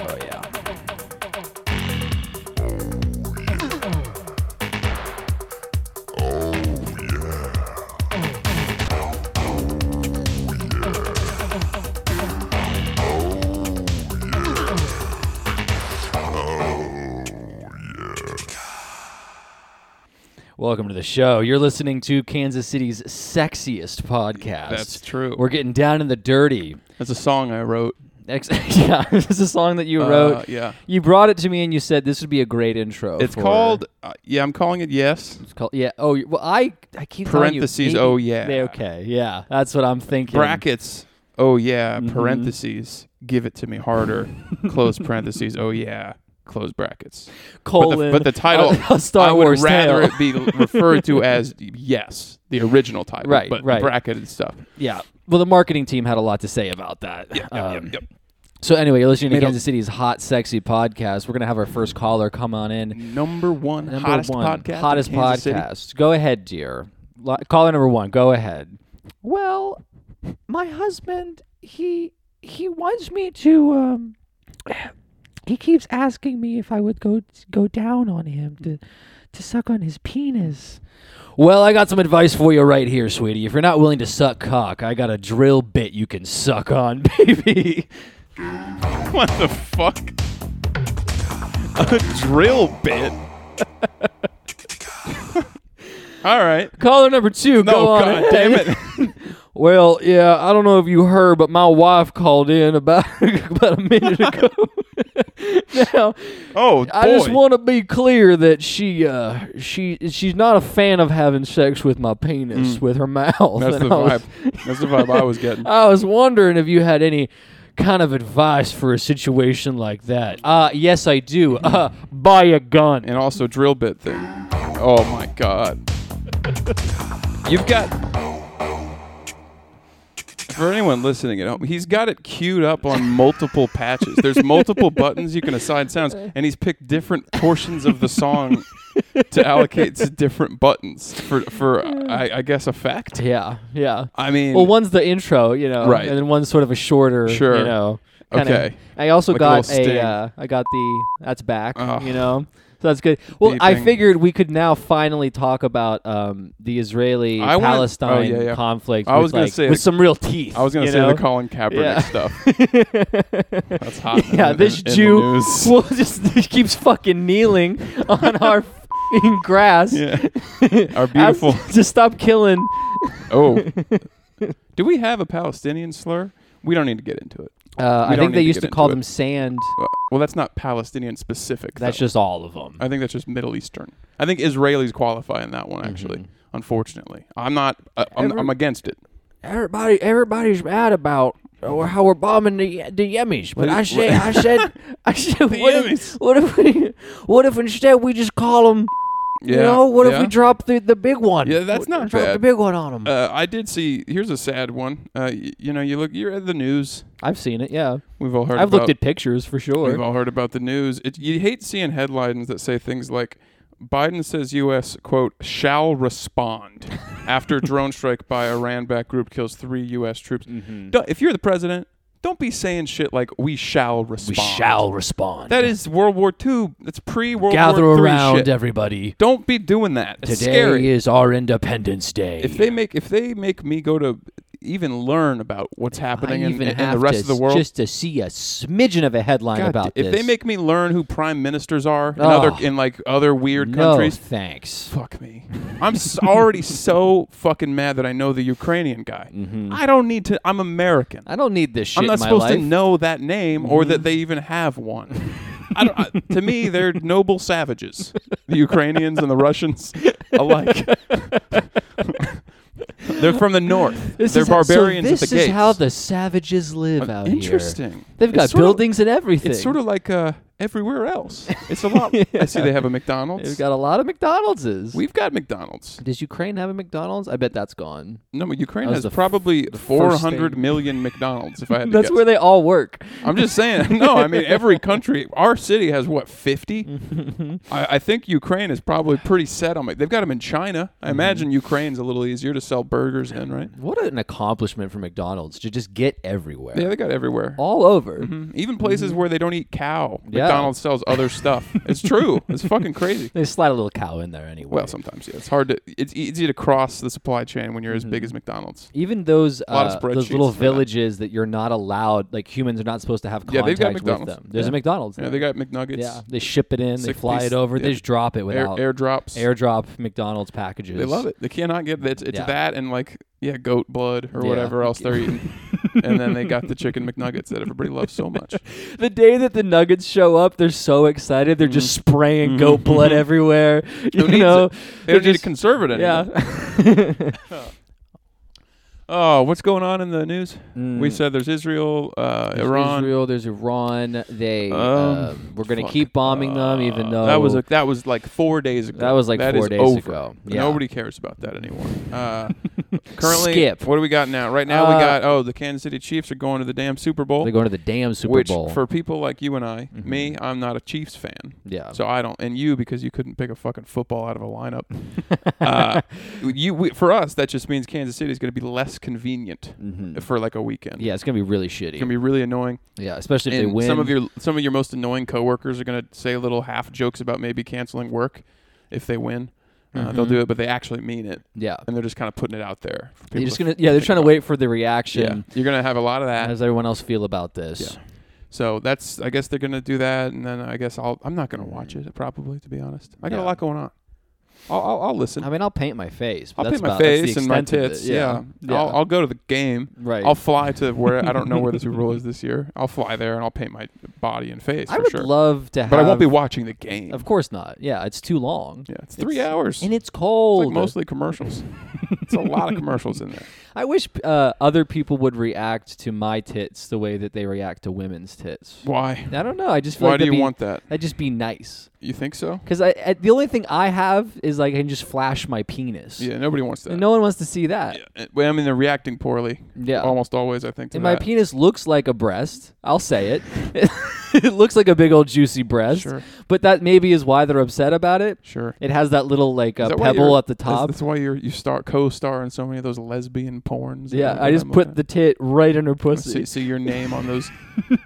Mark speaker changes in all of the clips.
Speaker 1: Oh yeah. Welcome to the show. You're listening to Kansas City's sexiest podcast.
Speaker 2: That's true.
Speaker 1: We're getting down in the dirty.
Speaker 2: That's a song I wrote.
Speaker 1: Ex- yeah, this is a song that you
Speaker 2: Uh,
Speaker 1: wrote.
Speaker 2: yeah.
Speaker 1: You brought it to me and you said this would be a great intro.
Speaker 2: It's
Speaker 1: for-
Speaker 2: called. Uh, yeah, I'm calling it yes.
Speaker 1: It's called. Yeah. Oh, you- well, I I keep telling you,
Speaker 2: Parentheses,
Speaker 1: maybe-
Speaker 2: oh, yeah.
Speaker 1: they- Okay. Yeah. That's what I'm thinking.
Speaker 2: Brackets. Oh yeah.
Speaker 1: Mm-hmm.
Speaker 2: Parentheses. Give it to me harder. close parentheses. Oh yeah. Close brackets. But the,
Speaker 1: Colon.
Speaker 2: but the title.
Speaker 1: a Star
Speaker 2: I would
Speaker 1: Wars
Speaker 2: rather
Speaker 1: tale.
Speaker 2: it be referred to as yes, the original title.
Speaker 1: Right,
Speaker 2: But
Speaker 1: right.
Speaker 2: bracketed stuff.
Speaker 1: Yeah. Well, the marketing team had a lot to say about that. Um,
Speaker 2: yep, yep.
Speaker 1: So anyway, you're listening to
Speaker 2: Made a-
Speaker 1: Kansas City's hot, sexy podcast. We're gonna have our first caller come on in.
Speaker 2: Number one
Speaker 1: Number
Speaker 2: hottest
Speaker 1: one,
Speaker 2: podcast. in
Speaker 1: hottest
Speaker 2: Kansas City.
Speaker 1: podcast. Go ahead, dear. Lo- caller number one. Go ahead. Well, my husband he he wants me to um he keeps asking me if I would go go down on him to to suck on his penis. Well, I got some advice for you right here, sweetie. If you're not willing to suck cock, I got a drill bit you can suck on, baby.
Speaker 2: What the fuck? A drill bit. All right.
Speaker 1: Caller number two,
Speaker 2: No,
Speaker 1: go on.
Speaker 2: God
Speaker 1: ahead.
Speaker 2: damn it.
Speaker 1: Well, yeah, I don't know if you heard, but my wife called in about about a minute ago. now,
Speaker 2: Oh, boy.
Speaker 1: I just want to be clear that she uh, she she's not a fan of having sex with my penis with her mouth.
Speaker 2: Mm. That's the
Speaker 1: And I was-
Speaker 2: vibe. That's the vibe I was getting.
Speaker 1: I was wondering if you had any kind of advice for a situation like that. Uh yes, I do. Uh, buy a gun.
Speaker 2: And also drill bit thing. Oh my god. You've got for anyone listening at home, he's got it queued up on multiple patches. There's multiple buttons you can assign sounds, and he's picked different portions of the song to allocate to different buttons for for I, I guess effect.
Speaker 1: Yeah, yeah.
Speaker 2: I mean,
Speaker 1: Well, one's the intro, you know,
Speaker 2: Right.
Speaker 1: and then one's sort of a shorter,
Speaker 2: Sure.
Speaker 1: you know. kinda-
Speaker 2: Okay.
Speaker 1: I also
Speaker 2: Like a
Speaker 1: got
Speaker 2: little
Speaker 1: a,
Speaker 2: sting.
Speaker 1: uh, I got the that's back,
Speaker 2: Ugh.
Speaker 1: you know. So that's good. Well, I
Speaker 2: Beeping.
Speaker 1: figured we could now finally talk about um, the Israeli
Speaker 2: I wanna-
Speaker 1: Palestine
Speaker 2: oh, yeah, yeah.
Speaker 1: conflict.
Speaker 2: I
Speaker 1: with,
Speaker 2: was gonna
Speaker 1: like-
Speaker 2: say
Speaker 1: with
Speaker 2: the-
Speaker 1: some real teeth.
Speaker 2: I was gonna
Speaker 1: you
Speaker 2: say
Speaker 1: know?
Speaker 2: the Colin Kaepernick
Speaker 1: Yeah.
Speaker 2: stuff. That's hot.
Speaker 1: yeah,
Speaker 2: in-
Speaker 1: this
Speaker 2: in- in the
Speaker 1: Jew
Speaker 2: news.
Speaker 1: will just he keeps fucking kneeling on our fing grass.
Speaker 2: Yeah. Our beautiful.
Speaker 1: to stop killing.
Speaker 2: Oh. Do we have a Palestinian slur? We don't need to get into it.
Speaker 1: Uh,
Speaker 2: We
Speaker 1: I
Speaker 2: don't
Speaker 1: think
Speaker 2: need
Speaker 1: they
Speaker 2: to
Speaker 1: used
Speaker 2: get
Speaker 1: to call
Speaker 2: into
Speaker 1: them
Speaker 2: it.
Speaker 1: sand.
Speaker 2: Uh, Well, that's not Palestinian specific.
Speaker 1: That's
Speaker 2: though.
Speaker 1: just all of them.
Speaker 2: I think that's just Middle Eastern. I think Israelis qualify in that one, actually.
Speaker 1: Mm-hmm.
Speaker 2: Unfortunately, I'm not. Uh, I'm,
Speaker 1: Every-
Speaker 2: I'm against it.
Speaker 1: Everybody, everybody's mad about oh, how we're bombing the the Yemis, but I said, I said, I said, what if,
Speaker 2: Yemis.
Speaker 1: what if we, what if instead we just call them?
Speaker 2: Yeah.
Speaker 1: You know, what if
Speaker 2: yeah.
Speaker 1: we drop the the big one?
Speaker 2: Yeah, that's
Speaker 1: W-
Speaker 2: not
Speaker 1: drop the
Speaker 2: bad.
Speaker 1: big one on them.
Speaker 2: Uh, I did see. Here's a sad one. Uh, y- you know, you look. You're at the news.
Speaker 1: I've seen it. Yeah,
Speaker 2: We've all heard.
Speaker 1: I've
Speaker 2: about,
Speaker 1: looked at pictures for
Speaker 2: We've
Speaker 1: sure.
Speaker 2: all heard about the news. It, you hate seeing headlines that say things like Biden says U.S. quote shall respond after drone strike by Iran-backed group kills three U.S. troops.
Speaker 1: Mm-hmm.
Speaker 2: Duh, If you're the president, don't be saying shit like we shall
Speaker 1: We
Speaker 2: respond.
Speaker 1: shall respond.
Speaker 2: That is World War II. That's pre-World
Speaker 1: gather
Speaker 2: War III
Speaker 1: around,
Speaker 2: shit.
Speaker 1: everybody.
Speaker 2: Don't be doing that. It's
Speaker 1: Today
Speaker 2: scary.
Speaker 1: is our Independence Day.
Speaker 2: if they make if they make me go to even learn about what's
Speaker 1: I
Speaker 2: happening in,
Speaker 1: even
Speaker 2: in
Speaker 1: have
Speaker 2: the rest
Speaker 1: to
Speaker 2: of the
Speaker 1: s-
Speaker 2: world,
Speaker 1: just to see a smidgen of a headline
Speaker 2: God,
Speaker 1: about
Speaker 2: if
Speaker 1: this.
Speaker 2: they make me learn who prime ministers are in
Speaker 1: Oh.
Speaker 2: other in like other weird
Speaker 1: no
Speaker 2: countries,
Speaker 1: thanks.
Speaker 2: fuck me. I'm s- already so fucking mad that I know the Ukrainian guy. I don't need to. I'm American.
Speaker 1: Mm-hmm. I don't need this Mm. shit.
Speaker 2: I'm not
Speaker 1: in my
Speaker 2: supposed
Speaker 1: life.
Speaker 2: to know that name or that they even have one. I don't, I, to me, they're noble savages, the Ukrainians and the Russians alike. they're from the north.
Speaker 1: This
Speaker 2: they're
Speaker 1: is how- so
Speaker 2: barbarians
Speaker 1: this
Speaker 2: at the
Speaker 1: is
Speaker 2: gates.
Speaker 1: how the savages live out
Speaker 2: Interesting.
Speaker 1: here. They've got
Speaker 2: It's sort of-
Speaker 1: buildings and everything.
Speaker 2: It's sort of like uh, everywhere else. It's a lot. I see they have a
Speaker 1: They've
Speaker 2: McDonald's.
Speaker 1: got a lot of McDonald's.
Speaker 2: We've got McDonald's.
Speaker 1: Does Ukraine have a McDonald's? I bet that's gone.
Speaker 2: No, but Ukraine
Speaker 1: That was
Speaker 2: has
Speaker 1: the f-
Speaker 2: probably
Speaker 1: the first
Speaker 2: four hundred
Speaker 1: thing.
Speaker 2: million McDonald's. If I had to
Speaker 1: That's
Speaker 2: guess.
Speaker 1: where they all work.
Speaker 2: I'm just saying. No, I mean every country. Our city has what 50. I, I think Ukraine is probably pretty set on it. They've got them in China. I
Speaker 1: Mm-hmm.
Speaker 2: imagine Ukraine's a little easier to sell burgers in, right?
Speaker 1: What an accomplishment for McDonald's to just get everywhere,
Speaker 2: Yeah, they got everywhere.
Speaker 1: all over.
Speaker 2: Mhm. Even places where they don't eat cow,
Speaker 1: Mm-hmm. Yeah.
Speaker 2: McDonald's sells other stuff. It's true. It's fucking crazy.
Speaker 1: They slide a little cow in there anyway.
Speaker 2: Well, sometimes yeah, it's hard to. It's e-, easy to cross the supply chain when you're as
Speaker 1: Mm-hmm.
Speaker 2: big as McDonald's.
Speaker 1: even those
Speaker 2: lot
Speaker 1: uh, those
Speaker 2: of spreadsheets
Speaker 1: little
Speaker 2: for that.
Speaker 1: villages that. you're not allowed, like humans are not supposed to have
Speaker 2: Yeah,
Speaker 1: contact
Speaker 2: they've got
Speaker 1: with
Speaker 2: McDonald's.
Speaker 1: them. There's
Speaker 2: Yeah.
Speaker 1: a McDonald's.
Speaker 2: Yeah,
Speaker 1: there.
Speaker 2: they got McNuggets.
Speaker 1: yeah, they ship it in, they
Speaker 2: six
Speaker 1: fly
Speaker 2: piece-
Speaker 1: it over,
Speaker 2: yeah.
Speaker 1: they just drop it
Speaker 2: Air,
Speaker 1: without
Speaker 2: airdrops.
Speaker 1: airdrop McDonald's packages.
Speaker 2: They love it. They cannot get it's, it's
Speaker 1: Yeah.
Speaker 2: that and like yeah, goat blood or
Speaker 1: Yeah.
Speaker 2: whatever else they're eating, and then they got the chicken McNuggets that everybody loves so much.
Speaker 1: The day that the Nuggets show up, they're so excited. They're just spraying goat blood everywhere. You
Speaker 2: Mm-hmm. needs
Speaker 1: know,
Speaker 2: it? They don't need to
Speaker 1: just-
Speaker 2: conserve it anymore.
Speaker 1: yeah.
Speaker 2: Oh, what's going on in the news? We
Speaker 1: Mm.
Speaker 2: said there's Israel, uh,
Speaker 1: There's
Speaker 2: Iran.
Speaker 1: Israel, there's Iran. They
Speaker 2: Um,
Speaker 1: um, we're gonna
Speaker 2: fuck.
Speaker 1: keep bombing them, even
Speaker 2: Uh,
Speaker 1: though
Speaker 2: that was a, that was like four days ago.
Speaker 1: that was like
Speaker 2: That
Speaker 1: four
Speaker 2: is
Speaker 1: days
Speaker 2: over.
Speaker 1: ago. Yeah.
Speaker 2: Nobody cares about that anymore. Uh, currently,
Speaker 1: Skip.
Speaker 2: what do we got now? Right now, we
Speaker 1: Uh,
Speaker 2: got oh, the Kansas City Chiefs are going to the damn Super Bowl.
Speaker 1: They're going to the damn Super
Speaker 2: which
Speaker 1: Bowl.
Speaker 2: for people like you and I,
Speaker 1: Mhm.
Speaker 2: me, I'm not a Chiefs fan.
Speaker 1: yeah.
Speaker 2: So I don't, and you because you couldn't pick a fucking football out of a lineup. uh, you we, for us that just means Kansas City is going to be less convenient
Speaker 1: hmm
Speaker 2: for like a weekend.
Speaker 1: Yeah, it's gonna be really shitty.
Speaker 2: It's gonna be really annoying.
Speaker 1: yeah, especially if they
Speaker 2: and
Speaker 1: win.
Speaker 2: some of your some of your most annoying coworkers are gonna say little half jokes about maybe canceling work if they win. Uh, they'll
Speaker 1: Mhm.
Speaker 2: do it, but they actually mean it,
Speaker 1: yeah,
Speaker 2: and they're just kind of putting it out there. for
Speaker 1: they're
Speaker 2: people
Speaker 1: just
Speaker 2: to
Speaker 1: gonna yeah they're
Speaker 2: think
Speaker 1: trying to
Speaker 2: about.
Speaker 1: wait for the
Speaker 2: Yeah,
Speaker 1: reaction.
Speaker 2: you're gonna have a lot of
Speaker 1: How
Speaker 2: that.
Speaker 1: does everyone else feel about this?
Speaker 2: So that's I guess they're gonna do that, and then I guess I'll I'm not gonna watch it probably to be honest. I got
Speaker 1: Mm. Yeah.
Speaker 2: a lot going on. I'll I'll, I'll listen.
Speaker 1: I mean, I'll paint my face. But
Speaker 2: I'll
Speaker 1: that's
Speaker 2: paint my
Speaker 1: about- that's the
Speaker 2: face and my
Speaker 1: extent of it.
Speaker 2: tits. Yeah,
Speaker 1: yeah.
Speaker 2: I'll, I'll go to the game.
Speaker 1: right.
Speaker 2: I'll fly to where I don't know where the Super Bowl is this year. I'll fly there and I'll paint my body and face
Speaker 1: I
Speaker 2: for
Speaker 1: would
Speaker 2: sure.
Speaker 1: love to have.
Speaker 2: but I won't be watching the game.
Speaker 1: Of course not. Yeah, it's too long.
Speaker 2: yeah, it's three
Speaker 1: It's-
Speaker 2: hours.
Speaker 1: And it's
Speaker 2: It's
Speaker 1: cold.
Speaker 2: like mostly commercials. it's a lot of commercials in there.
Speaker 1: I wish uh, other people would react to my tits the way that they react to women's tits.
Speaker 2: Why?
Speaker 1: I don't know. I just feel
Speaker 2: Why
Speaker 1: like
Speaker 2: do you
Speaker 1: that'd be-
Speaker 2: want that?
Speaker 1: that'd just be nice.
Speaker 2: You think so?
Speaker 1: Because I, I the only thing I have is like I can just flash my penis.
Speaker 2: Yeah, nobody wants that.
Speaker 1: And no one wants to see that.
Speaker 2: Yeah, uh, well, I mean, they're reacting poorly.
Speaker 1: Yeah.
Speaker 2: almost always. I think. To
Speaker 1: And my
Speaker 2: that.
Speaker 1: penis looks like a breast. I'll say it. it looks like a big old juicy breast.
Speaker 2: Sure.
Speaker 1: But that maybe is why they're upset about it.
Speaker 2: Sure.
Speaker 1: It has that little like uh,
Speaker 2: Is that why
Speaker 1: pebble
Speaker 2: you're-
Speaker 1: at the
Speaker 2: that's-
Speaker 1: top.
Speaker 2: That's, why you're, you start co-star in so many of those lesbian porns. and
Speaker 1: yeah, I
Speaker 2: everything
Speaker 1: just
Speaker 2: I'm
Speaker 1: put
Speaker 2: looking
Speaker 1: the tit right in her
Speaker 2: at. see,
Speaker 1: pussy.
Speaker 2: see your name on those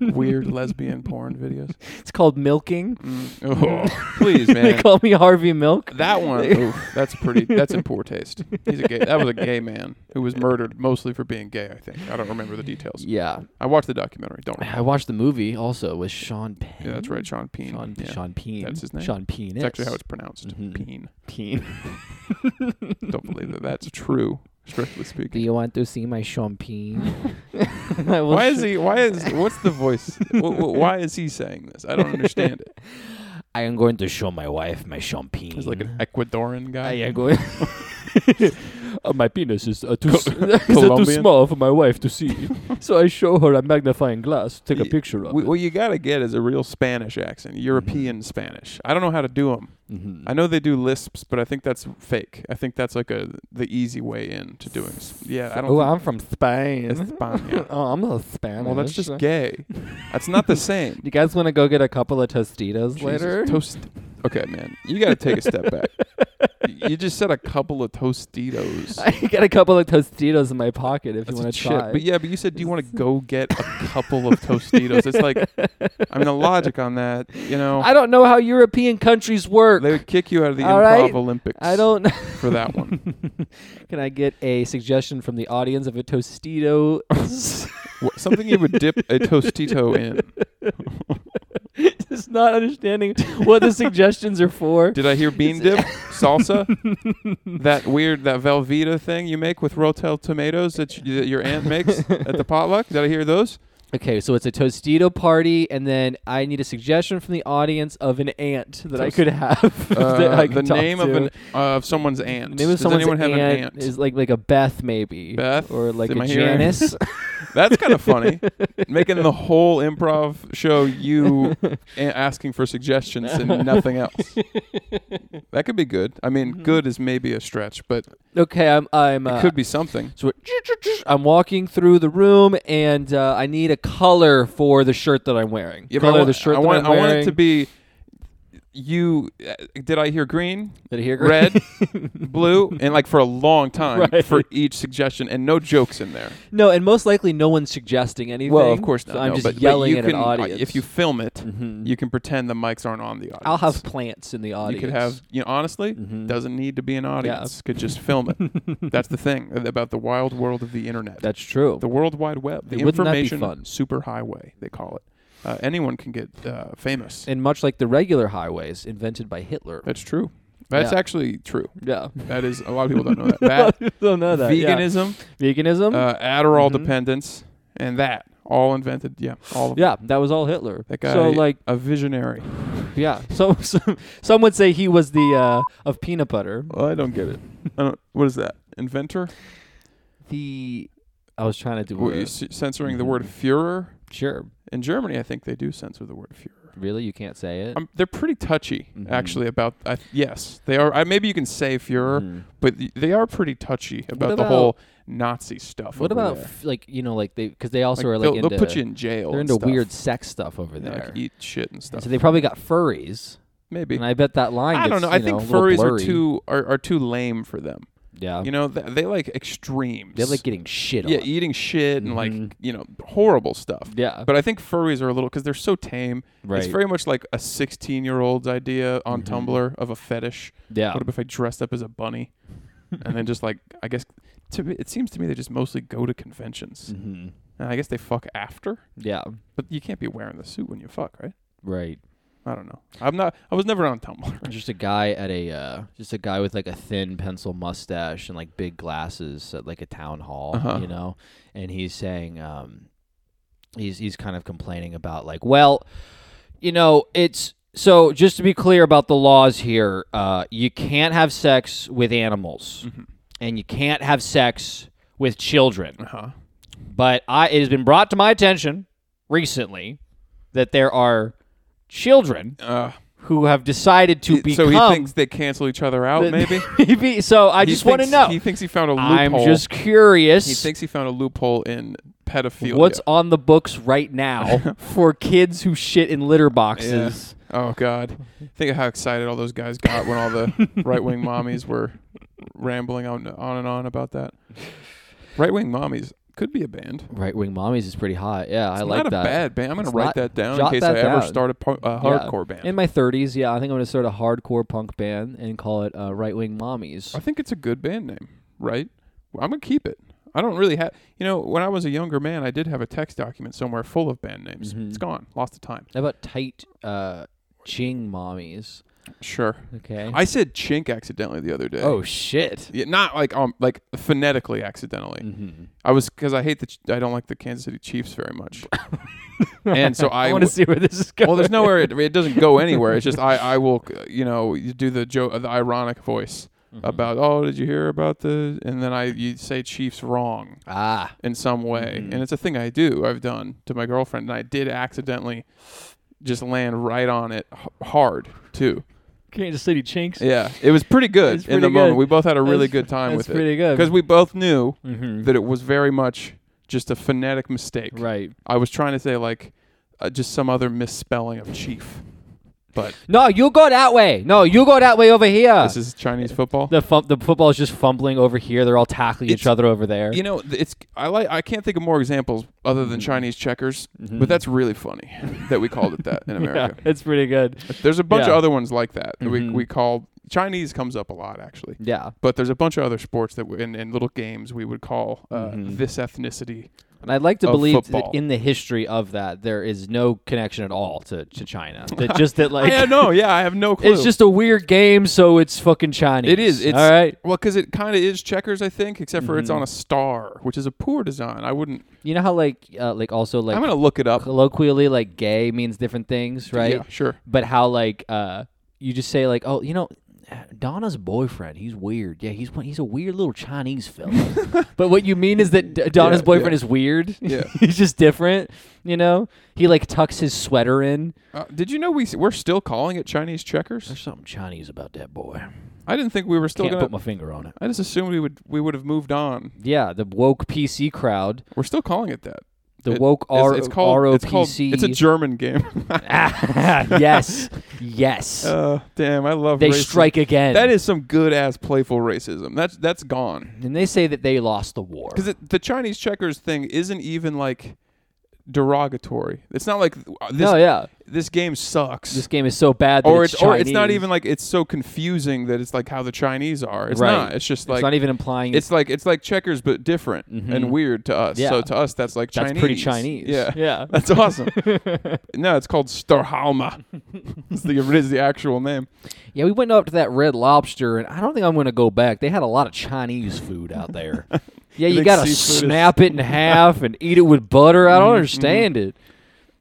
Speaker 2: weird lesbian porn videos.
Speaker 1: It's called milking.
Speaker 2: Mm. Oh, please,
Speaker 1: they
Speaker 2: man.
Speaker 1: call me Harvey Milk.
Speaker 2: That one, oof, that's pretty. That's in poor taste. He's a gay. That was a gay man who was murdered mostly for being gay. I think. I don't remember the details.
Speaker 1: Yeah,
Speaker 2: I watched the documentary. Don't.
Speaker 1: I watched the movie also with Sean Penn.
Speaker 2: Yeah, that's right. Sean Peen.
Speaker 1: Sean,
Speaker 2: yeah.
Speaker 1: Sean Peen.
Speaker 2: That's his name.
Speaker 1: Sean Peen.
Speaker 2: That's actually how it's pronounced.
Speaker 1: Mhm.
Speaker 2: Peen.
Speaker 1: Peen.
Speaker 2: Don't believe that. That's true. Strictly speaking.
Speaker 1: Do you want to see my Sean Peen? I will
Speaker 2: why is
Speaker 1: sh-
Speaker 2: he? Why is? What's the voice? wh- wh- why is he saying this? I don't understand it.
Speaker 1: I am going to show my wife my Sean Peen.
Speaker 2: He's like an Ecuadorian
Speaker 1: I
Speaker 2: guy.
Speaker 1: am going. Uh, my penis is uh, too, s- is uh, too
Speaker 2: Colombian.
Speaker 1: small for my wife to see, so I show her a magnifying glass, take a
Speaker 2: Ye-
Speaker 1: picture of
Speaker 2: Wh-
Speaker 1: it.
Speaker 2: What you gotta get is a real Spanish accent,
Speaker 1: Mm-hmm.
Speaker 2: European Spanish. I don't know how to do them.
Speaker 1: Mhm.
Speaker 2: I know they do lisps, but I think that's fake. I think that's like a the easy way in to doing. s- Yeah, I don't.
Speaker 1: Oh,
Speaker 2: think
Speaker 1: I'm from Spain.
Speaker 2: España.
Speaker 1: oh, I'm not Spanish.
Speaker 2: well, that's just gay. That's not the same.
Speaker 1: You guys want to go get a couple of tostitos
Speaker 2: Jesus,
Speaker 1: later?
Speaker 2: Toast. Okay, man, you gotta take a step back. Y- You just said a couple of Tostitos.
Speaker 1: I got a couple of tostitos in my pocket if
Speaker 2: That's
Speaker 1: you
Speaker 2: a
Speaker 1: want to
Speaker 2: chip.
Speaker 1: try.
Speaker 2: But yeah, but you said, do you want to go get a couple of Tostitos? It's like, oh. I mean, the logic on that, you know,
Speaker 1: I don't know how European countries work.
Speaker 2: they would kick you out of the
Speaker 1: All
Speaker 2: Improv
Speaker 1: right.
Speaker 2: Olympics
Speaker 1: I don't.
Speaker 2: for that one.
Speaker 1: Can I get a suggestion from the audience of a tostito?
Speaker 2: Wh- Something you would dip a Tostito in.
Speaker 1: Just not understanding what the suggestions are for.
Speaker 2: Did I hear bean dip? Salsa? that weird, that Velveeta thing you make with Rotel tomatoes that, you, that your aunt makes at the potluck? Did I hear those?
Speaker 1: Okay, so it's a tostito party, and then I need a suggestion from the audience of an aunt that I
Speaker 2: Toast-
Speaker 1: could have. that
Speaker 2: Uh,
Speaker 1: I could
Speaker 2: the
Speaker 1: talk
Speaker 2: name of
Speaker 1: to.
Speaker 2: an uh, of someone's aunt.
Speaker 1: Maybe
Speaker 2: Does
Speaker 1: someone's
Speaker 2: anyone have
Speaker 1: aunt
Speaker 2: an aunt?
Speaker 1: is like like a Beth maybe
Speaker 2: Beth?
Speaker 1: or like
Speaker 2: Am
Speaker 1: a
Speaker 2: I hearing-
Speaker 1: Janice.
Speaker 2: That's kind of funny. Making the whole improv show you a- asking for suggestions and nothing else. That could be good. I mean,
Speaker 1: Mm-hmm.
Speaker 2: good is maybe a stretch, but
Speaker 1: Okay, I'm I'm uh,
Speaker 2: it could be something.
Speaker 1: so it- I'm walking through the room and uh, I need a color for the shirt that I'm wearing.
Speaker 2: Yeah, but I
Speaker 1: color of
Speaker 2: want-
Speaker 1: the shirt
Speaker 2: I
Speaker 1: that
Speaker 2: want,
Speaker 1: I'm wearing.
Speaker 2: I want it to be you. Uh, did I hear green?
Speaker 1: Did I hear green?
Speaker 2: Red, blue, and like for a long time
Speaker 1: Right.
Speaker 2: for each suggestion, and no jokes in there.
Speaker 1: No, and most likely no one's suggesting anything.
Speaker 2: Well, of course not.
Speaker 1: So I'm
Speaker 2: no,
Speaker 1: just
Speaker 2: but, but
Speaker 1: yelling
Speaker 2: you
Speaker 1: at
Speaker 2: can,
Speaker 1: an
Speaker 2: uh,
Speaker 1: audience.
Speaker 2: If you film it,
Speaker 1: Mhm.
Speaker 2: you can pretend the mics aren't on the audience.
Speaker 1: I'll have plants in the audience. Mm-hmm.
Speaker 2: You could have, you know, honestly, doesn't need to be an audience. Could just film it. That's the thing about the wild world of the internet.
Speaker 1: That's true.
Speaker 2: the World Wide Web, the
Speaker 1: Wouldn't that be
Speaker 2: information
Speaker 1: fun?
Speaker 2: superhighway, they call it. Uh, anyone can get uh, famous.
Speaker 1: and much like the regular highways invented by Hitler.
Speaker 2: That's true. That's
Speaker 1: Yeah.
Speaker 2: actually true.
Speaker 1: Yeah.
Speaker 2: That is a lot of people don't know that. That
Speaker 1: Don't know that. yeah.
Speaker 2: veganism,
Speaker 1: Veganism?
Speaker 2: uh, Adderall
Speaker 1: Mhm.
Speaker 2: dependence, and that all invented. Yeah, all of them.
Speaker 1: yeah, that was all Hitler.
Speaker 2: That guy,
Speaker 1: so like,
Speaker 2: a visionary.
Speaker 1: yeah. So, some some would say he was the uh, of peanut butter.
Speaker 2: Well, I don't get it. I don't, what is that? Inventor?
Speaker 1: The I was trying to do
Speaker 2: Were you
Speaker 1: a-
Speaker 2: s- censoring the word
Speaker 1: Mm-hmm.
Speaker 2: Führer?
Speaker 1: sure.
Speaker 2: In Germany, I think they do censor the word Führer.
Speaker 1: Really, you can't say it.
Speaker 2: Um, they're pretty touchy,
Speaker 1: Mhm.
Speaker 2: actually. About I yes, they are. I, maybe you can say Führer,
Speaker 1: Mhm.
Speaker 2: but th- they are pretty touchy about, the
Speaker 1: about-
Speaker 2: whole Nazi stuff.
Speaker 1: What
Speaker 2: over
Speaker 1: about
Speaker 2: there.
Speaker 1: f- like you know like they because they also are like
Speaker 2: Like, they'll,
Speaker 1: into
Speaker 2: they'll put you in jail.
Speaker 1: they're
Speaker 2: and
Speaker 1: into
Speaker 2: stuff.
Speaker 1: weird sex stuff over
Speaker 2: Yeah, like
Speaker 1: there.
Speaker 2: eat shit and
Speaker 1: And
Speaker 2: stuff.
Speaker 1: so they probably got furries,
Speaker 2: maybe
Speaker 1: and I bet that line.
Speaker 2: I don't
Speaker 1: gets,
Speaker 2: know. I
Speaker 1: you
Speaker 2: think
Speaker 1: a little
Speaker 2: furries are
Speaker 1: blurry.
Speaker 2: too are, are too lame for them.
Speaker 1: Yeah,
Speaker 2: You know, th- they like extremes.
Speaker 1: they're like getting shit
Speaker 2: yeah,
Speaker 1: on.
Speaker 2: eating shit and
Speaker 1: Mhm.
Speaker 2: like you know horrible stuff.
Speaker 1: yeah,
Speaker 2: But I think furries are a little because they're so tame.
Speaker 1: Right. Mm-hmm.
Speaker 2: It's very much like a 16 year old's idea on Tumblr of a fetish.
Speaker 1: yeah.
Speaker 2: What if I dressed up as a bunny? and then just like, I guess, to me, it seems to me they just mostly go to conventions.
Speaker 1: Mhm.
Speaker 2: And I guess they fuck after.
Speaker 1: Yeah,
Speaker 2: But you can't be wearing the suit when you fuck, right?
Speaker 1: right.
Speaker 2: I don't know. I'm not, I was never on Tumblr.
Speaker 1: Just a guy at a uh, just a guy with like a thin pencil mustache and like big glasses at like a town hall,
Speaker 2: Uh-huh.
Speaker 1: you know, and he's saying um, he's he's kind of complaining about like, well, you know, it's so just to be clear about the laws here, uh, you can't have sex with animals,
Speaker 2: Mm-hmm.
Speaker 1: and you can't have sex with children.
Speaker 2: Uh huh.
Speaker 1: But I it has been brought to my attention recently that there are children
Speaker 2: Uh,
Speaker 1: who have decided to
Speaker 2: it-
Speaker 1: become
Speaker 2: so he thinks they cancel each other out,
Speaker 1: the-
Speaker 2: maybe?
Speaker 1: maybe. So I
Speaker 2: He
Speaker 1: just want to
Speaker 2: thinks- He
Speaker 1: know.
Speaker 2: thinks he found a loophole.
Speaker 1: I'm just curious.
Speaker 2: he thinks he found a loophole in pedophilia.
Speaker 1: what's on the books right now for kids who shit in litter
Speaker 2: Yeah.
Speaker 1: boxes?
Speaker 2: Oh God! Think of how excited all those guys got when all the right-wing mommies were rambling on on and on about that. Right-wing mommies could be a band.
Speaker 1: Right wing mommies is pretty hot. Yeah, I
Speaker 2: It's
Speaker 1: like
Speaker 2: not
Speaker 1: that.
Speaker 2: a bad band. I'm gonna
Speaker 1: It's
Speaker 2: write
Speaker 1: not-
Speaker 2: that down in
Speaker 1: jot
Speaker 2: case I
Speaker 1: that
Speaker 2: ever
Speaker 1: down.
Speaker 2: start a, punk, a
Speaker 1: Yeah.
Speaker 2: hardcore band.
Speaker 1: In my 30s, yeah, I think I'm going to start a hardcore punk band and call it uh, Right Wing Mommies.
Speaker 2: I think it's a good band name, right? Well, I'm gonna keep it. I don't really have. You know, when I was a younger man, I did have a text document somewhere full of band names.
Speaker 1: Mhm.
Speaker 2: It's gone. Lost to time.
Speaker 1: How about Tight uh, Ching Mommies?
Speaker 2: Sure.
Speaker 1: Okay.
Speaker 2: I said chink accidentally the other day.
Speaker 1: oh, shit.
Speaker 2: Yeah, not like um like phonetically accidentally.
Speaker 1: Mm-hmm.
Speaker 2: I was because I hate the Ch- I don't like the Kansas City Chiefs very much, and so I,
Speaker 1: I want to
Speaker 2: w-
Speaker 1: see where this is going.
Speaker 2: well, there's nowhere it, it doesn't go anywhere. It's just I I will uh, you know you do the joke the ironic voice
Speaker 1: Mm-hmm.
Speaker 2: about oh did you hear about the and then I you say Chiefs wrong
Speaker 1: Ah.
Speaker 2: in some way
Speaker 1: Mhm.
Speaker 2: and it's a thing I do I've done to my girlfriend and I did accidentally just land right on it h- hard too.
Speaker 1: Kansas City Chinks.
Speaker 2: Yeah, it was pretty good
Speaker 1: That's
Speaker 2: in the
Speaker 1: pretty
Speaker 2: moment.
Speaker 1: good.
Speaker 2: We both had a really
Speaker 1: That's-
Speaker 2: good time
Speaker 1: That's
Speaker 2: with it
Speaker 1: pretty good.
Speaker 2: because we both knew
Speaker 1: Mhm.
Speaker 2: that it was very much just a phonetic mistake.
Speaker 1: Right.
Speaker 2: I was trying to say like uh, just some other misspelling of chief, but
Speaker 1: No, you go that way. No, you go that way over here.
Speaker 2: this is Chinese football.
Speaker 1: the fum- the football is just fumbling over here. They're all tackling each
Speaker 2: It's-
Speaker 1: other over there.
Speaker 2: You know, th- it's I like I can't think of more examples other than
Speaker 1: Mm-hmm.
Speaker 2: Chinese checkers, but that's really funny that we called it that in
Speaker 1: yeah,
Speaker 2: America.
Speaker 1: it's pretty good.
Speaker 2: There's a bunch
Speaker 1: Yeah.
Speaker 2: of other ones like that. that We
Speaker 1: Mhm.
Speaker 2: we call Chinese comes up a lot actually.
Speaker 1: Yeah,
Speaker 2: But there's a bunch of other sports that we, and, and little games we would call uh,
Speaker 1: Mhm.
Speaker 2: this ethnicity.
Speaker 1: and I'd like to
Speaker 2: Of
Speaker 1: believe
Speaker 2: football.
Speaker 1: that in the history of that there is no connection at all to, to China. That just that like
Speaker 2: yeah, no, yeah, I have no clue.
Speaker 1: it's just a weird game, so it's fucking Chinese.
Speaker 2: It is. It's
Speaker 1: all right.
Speaker 2: Well, because it kind of is checkers, I think, except for
Speaker 1: Mm-hmm.
Speaker 2: it's on a star, which is a poor design. I wouldn't.
Speaker 1: You know how like uh, like also like
Speaker 2: I'm gonna look it up.
Speaker 1: colloquially like gay means different things, right?
Speaker 2: Yeah, sure.
Speaker 1: But how like uh you just say like oh you know Donna's boyfriend. He's weird. Yeah, he's one- he's a weird little Chinese fella. but what you mean is that D- Donna's
Speaker 2: Yeah,
Speaker 1: boyfriend
Speaker 2: yeah.
Speaker 1: is weird.
Speaker 2: Yeah.
Speaker 1: he's just different. You know, he like tucks his sweater in.
Speaker 2: Uh, did you know we s- we're still calling it Chinese checkers?
Speaker 1: There's something Chinese about that boy.
Speaker 2: I didn't think we were still
Speaker 1: Can't
Speaker 2: gonna.
Speaker 1: put my finger on it.
Speaker 2: I just assumed we would we would have moved on.
Speaker 1: Yeah, the woke PC crowd,
Speaker 2: We're still calling it that.
Speaker 1: the
Speaker 2: It-
Speaker 1: woke
Speaker 2: It's-
Speaker 1: R-
Speaker 2: it's called it's called-
Speaker 1: ROPC.
Speaker 2: It's a German game.
Speaker 1: yes, yes.
Speaker 2: uh, damn, I love.
Speaker 1: they
Speaker 2: racism.
Speaker 1: strike again.
Speaker 2: That is some good ass playful racism. That's that's gone.
Speaker 1: and they say that they lost the war.
Speaker 2: because the Chinese checkers thing isn't even like derogatory. It's not like uh, this
Speaker 1: No, Oh, yeah,
Speaker 2: this game sucks,
Speaker 1: this game is so bad. That
Speaker 2: or
Speaker 1: it's,
Speaker 2: it's or it's not
Speaker 1: Chinese.
Speaker 2: even like it's so confusing that it's like how the Chinese are. It's
Speaker 1: Right.
Speaker 2: not. It's just like
Speaker 1: it's not even implying
Speaker 2: it's like it's like checkers but different
Speaker 1: Mhm.
Speaker 2: and weird to us.
Speaker 1: Yeah.
Speaker 2: So to us that's like
Speaker 1: that's
Speaker 2: Chinese.
Speaker 1: pretty Chinese.
Speaker 2: Yeah.
Speaker 1: yeah.
Speaker 2: That's awesome. no, it's called Starhalma. it's the it is the actual name.
Speaker 1: Yeah, we went up to that Red Lobster, and I don't think I'm going to go back. They had a lot of Chinese food out there. yeah, you
Speaker 2: think
Speaker 1: got to
Speaker 2: seafood is- Mm-hmm.
Speaker 1: snap it in half and eat it with butter. I don't understand it.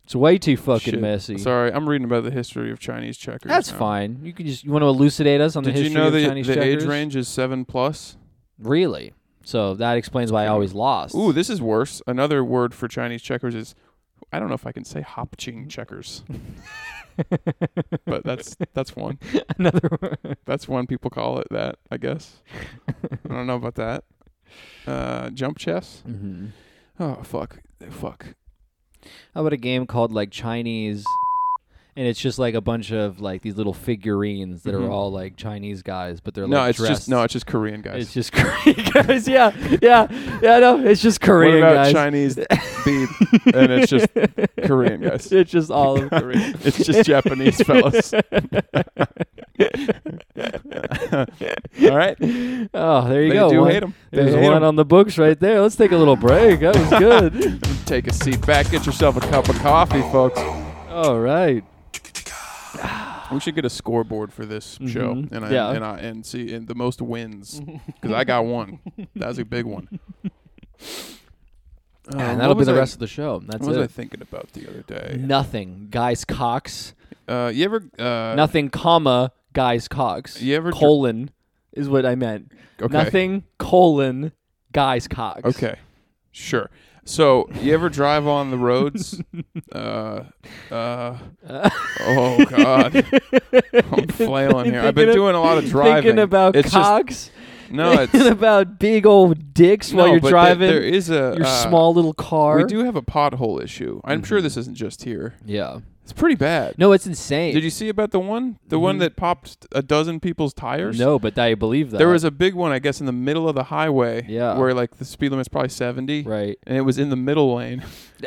Speaker 1: It's way too fucking
Speaker 2: Shit.
Speaker 1: messy.
Speaker 2: Sorry, I'm reading about the history of Chinese checkers.
Speaker 1: That's
Speaker 2: now.
Speaker 1: fine. You can just you want to elucidate us on the
Speaker 2: Did
Speaker 1: history
Speaker 2: you know
Speaker 1: of
Speaker 2: the,
Speaker 1: Chinese
Speaker 2: the age
Speaker 1: checkers?
Speaker 2: range is seven plus?
Speaker 1: Really? So that explains why I always lost.
Speaker 2: Ooh, this is worse. Another word for Chinese checkers is I don't know if I can say hopching checkers. but that's that's one.
Speaker 1: another one.
Speaker 2: That's one people call it that, I guess. I don't know about that. Uh, jump chess?
Speaker 1: Mhm.
Speaker 2: Oh fuck. Fuck.
Speaker 1: How about a game called like Chinese? And it's just like a bunch of like these little figurines that are
Speaker 2: Mhm.
Speaker 1: all like Chinese guys, but they're
Speaker 2: no,
Speaker 1: like
Speaker 2: it's just
Speaker 1: dressed-
Speaker 2: no, it's just Korean guys.
Speaker 1: It's just Korean guys. Yeah, yeah, yeah. No, it's just Korean
Speaker 2: what about
Speaker 1: guys.
Speaker 2: Chinese beef? and it's just Korean guys.
Speaker 1: It's just all of Korea.
Speaker 2: It's just Japanese fellas. All right.
Speaker 1: Oh, there you
Speaker 2: they
Speaker 1: go.
Speaker 2: do
Speaker 1: one,
Speaker 2: hate 'em. They
Speaker 1: There's
Speaker 2: hate
Speaker 1: one
Speaker 2: 'em.
Speaker 1: on the books right there. Let's take a little break. That was good.
Speaker 2: Take a seat back, get yourself a cup of coffee, folks.
Speaker 1: all right.
Speaker 2: We should get a scoreboard for this show,
Speaker 1: Mhm.
Speaker 2: and I,
Speaker 1: Yeah.
Speaker 2: and I, and see and the most wins because I got one. That was a big one. Uh,
Speaker 1: and
Speaker 2: what
Speaker 1: that'll be
Speaker 2: was
Speaker 1: the
Speaker 2: I-
Speaker 1: rest of the show. That's
Speaker 2: What was I
Speaker 1: it.
Speaker 2: thinking about the other day?
Speaker 1: Nothing. Guys Cox.
Speaker 2: Uh, you ever uh,
Speaker 1: Nothing, comma, Guys Cox.
Speaker 2: You ever dr-
Speaker 1: colon is what I meant.
Speaker 2: Okay.
Speaker 1: Nothing, colon, Guys Cox.
Speaker 2: Okay, sure. So you ever drive on the roads? uh, uh, oh God, I'm flailing here. I've
Speaker 1: Thinking
Speaker 2: been
Speaker 1: of-
Speaker 2: doing a lot of driving.
Speaker 1: Thinking about
Speaker 2: it's just
Speaker 1: Cox.
Speaker 2: no, it's
Speaker 1: thinking about big old dicks
Speaker 2: no,
Speaker 1: while you're
Speaker 2: but there-
Speaker 1: driving
Speaker 2: There is a
Speaker 1: your
Speaker 2: uh,
Speaker 1: small little car.
Speaker 2: We do have a pothole issue. I'm sure this isn't just here.
Speaker 1: Yeah.
Speaker 2: It's pretty bad.
Speaker 1: Mm-hmm. No, Mm-hmm. it's insane.
Speaker 2: Did you see about the one? The one that popped a dozen people's tires?
Speaker 1: No, but I believe that.
Speaker 2: There was a big one, I guess, in the middle of the highway.
Speaker 1: Yeah.
Speaker 2: Where like the speed limit's probably 70.
Speaker 1: right.
Speaker 2: And it was in the middle lane.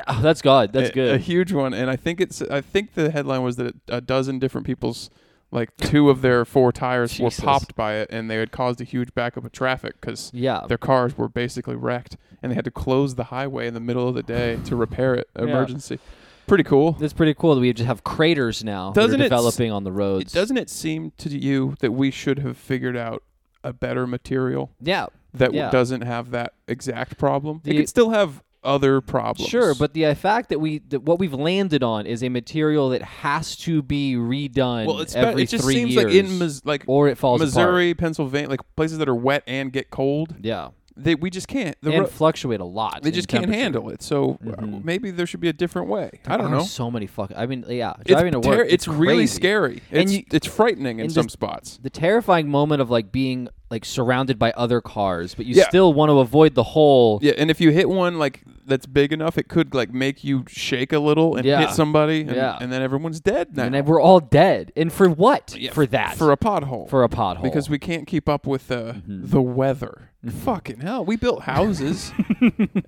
Speaker 1: Oh, that's God. That's
Speaker 2: a,
Speaker 1: good.
Speaker 2: A huge one, and I think it's. I think the headline was that a dozen different people's, like two of their four tires
Speaker 1: Jesus.
Speaker 2: were popped by it, and they had caused a huge backup of traffic because
Speaker 1: yeah.
Speaker 2: their cars were basically wrecked, and they had to close the highway in the middle of the day to repair it. Emergency. Pretty cool.
Speaker 1: That's pretty cool that we just have craters now that are
Speaker 2: Doesn't it s-
Speaker 1: developing on the
Speaker 2: It
Speaker 1: roads.
Speaker 2: doesn't it seem to you that we should have figured out a better material
Speaker 1: Yeah.
Speaker 2: that w
Speaker 1: Yeah.
Speaker 2: doesn't have that exact problem?
Speaker 1: The-
Speaker 2: it could still have other problems.
Speaker 1: Sure, but the uh, fact that we that what we've landed on is a material that has to be redone
Speaker 2: well, it's
Speaker 1: every
Speaker 2: be- it just
Speaker 1: three
Speaker 2: seems
Speaker 1: years,
Speaker 2: like in Mis- like
Speaker 1: or it falls apart.
Speaker 2: Missouri, Pennsylvania, like places that are wet and get cold,
Speaker 1: Yeah,
Speaker 2: they we just can't. The
Speaker 1: and
Speaker 2: ro-
Speaker 1: fluctuate a lot.
Speaker 2: they
Speaker 1: in
Speaker 2: just can't
Speaker 1: temperature.
Speaker 2: handle it. So uh,
Speaker 1: Mhm.
Speaker 2: maybe there should be a different way. I don't
Speaker 1: There are
Speaker 2: know.
Speaker 1: So many fuck. I mean, yeah,
Speaker 2: It's,
Speaker 1: driving to
Speaker 2: ter-
Speaker 1: work.
Speaker 2: it's, really
Speaker 1: crazy.
Speaker 2: scary.
Speaker 1: And
Speaker 2: It's
Speaker 1: you-
Speaker 2: it's frightening in
Speaker 1: and
Speaker 2: some
Speaker 1: just-
Speaker 2: spots.
Speaker 1: The terrifying moment of like being like surrounded by other cars, but you
Speaker 2: Yeah.
Speaker 1: still want to avoid the hole.
Speaker 2: Yeah, and if you hit one like that's big enough, it could like make you shake a little and
Speaker 1: Yeah.
Speaker 2: hit somebody, and,
Speaker 1: Yeah.
Speaker 2: and then everyone's dead now.
Speaker 1: And then we're all dead. And for what?
Speaker 2: Yeah,
Speaker 1: for that.
Speaker 2: for a pothole,
Speaker 1: For a pothole. Mm-hmm.
Speaker 2: because we can't keep up with the the weather. Fucking hell, we built houses.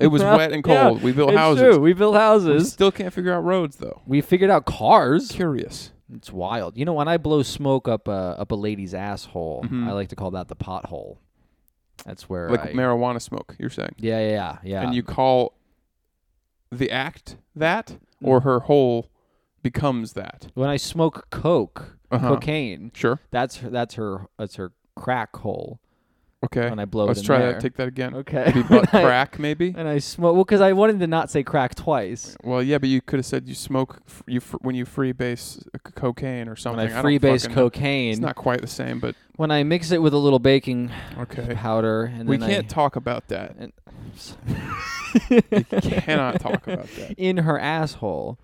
Speaker 2: it was wet and
Speaker 1: Yeah,
Speaker 2: cold. we built
Speaker 1: it's
Speaker 2: houses.
Speaker 1: True. We built
Speaker 2: We
Speaker 1: houses.
Speaker 2: still can't figure out roads though.
Speaker 1: We figured out cars.
Speaker 2: Curious.
Speaker 1: It's wild. You know, when I blow smoke up a up a lady's asshole, I like to call that the pothole. That's where
Speaker 2: Mm-hmm. Like
Speaker 1: I,
Speaker 2: marijuana smoke, you're saying,
Speaker 1: yeah, yeah, yeah, yeah.
Speaker 2: and you call the act that,
Speaker 1: Mm.
Speaker 2: or her hole becomes that.
Speaker 1: when I smoke coke,
Speaker 2: Uh-huh.
Speaker 1: cocaine,
Speaker 2: Sure.
Speaker 1: that's her, that's her that's her crack hole.
Speaker 2: Okay.
Speaker 1: when I blow
Speaker 2: Let's
Speaker 1: it in
Speaker 2: try
Speaker 1: there.
Speaker 2: that. Take that again.
Speaker 1: okay.
Speaker 2: Maybe butt
Speaker 1: And I-
Speaker 2: crack, maybe.
Speaker 1: And I smoke well because I wanted to not say crack twice.
Speaker 2: Well, yeah, but you could have said you smoke f- you fr- when you free base uh, c- cocaine or something.
Speaker 1: when I
Speaker 2: don't
Speaker 1: freebase
Speaker 2: fucking know.
Speaker 1: cocaine,
Speaker 2: It's not quite the same, but
Speaker 1: when I mix it with a little baking
Speaker 2: okay.
Speaker 1: powder, and
Speaker 2: We
Speaker 1: then
Speaker 2: can't
Speaker 1: I,
Speaker 2: talk about that.
Speaker 1: we
Speaker 2: Cannot talk about that.
Speaker 1: in her asshole.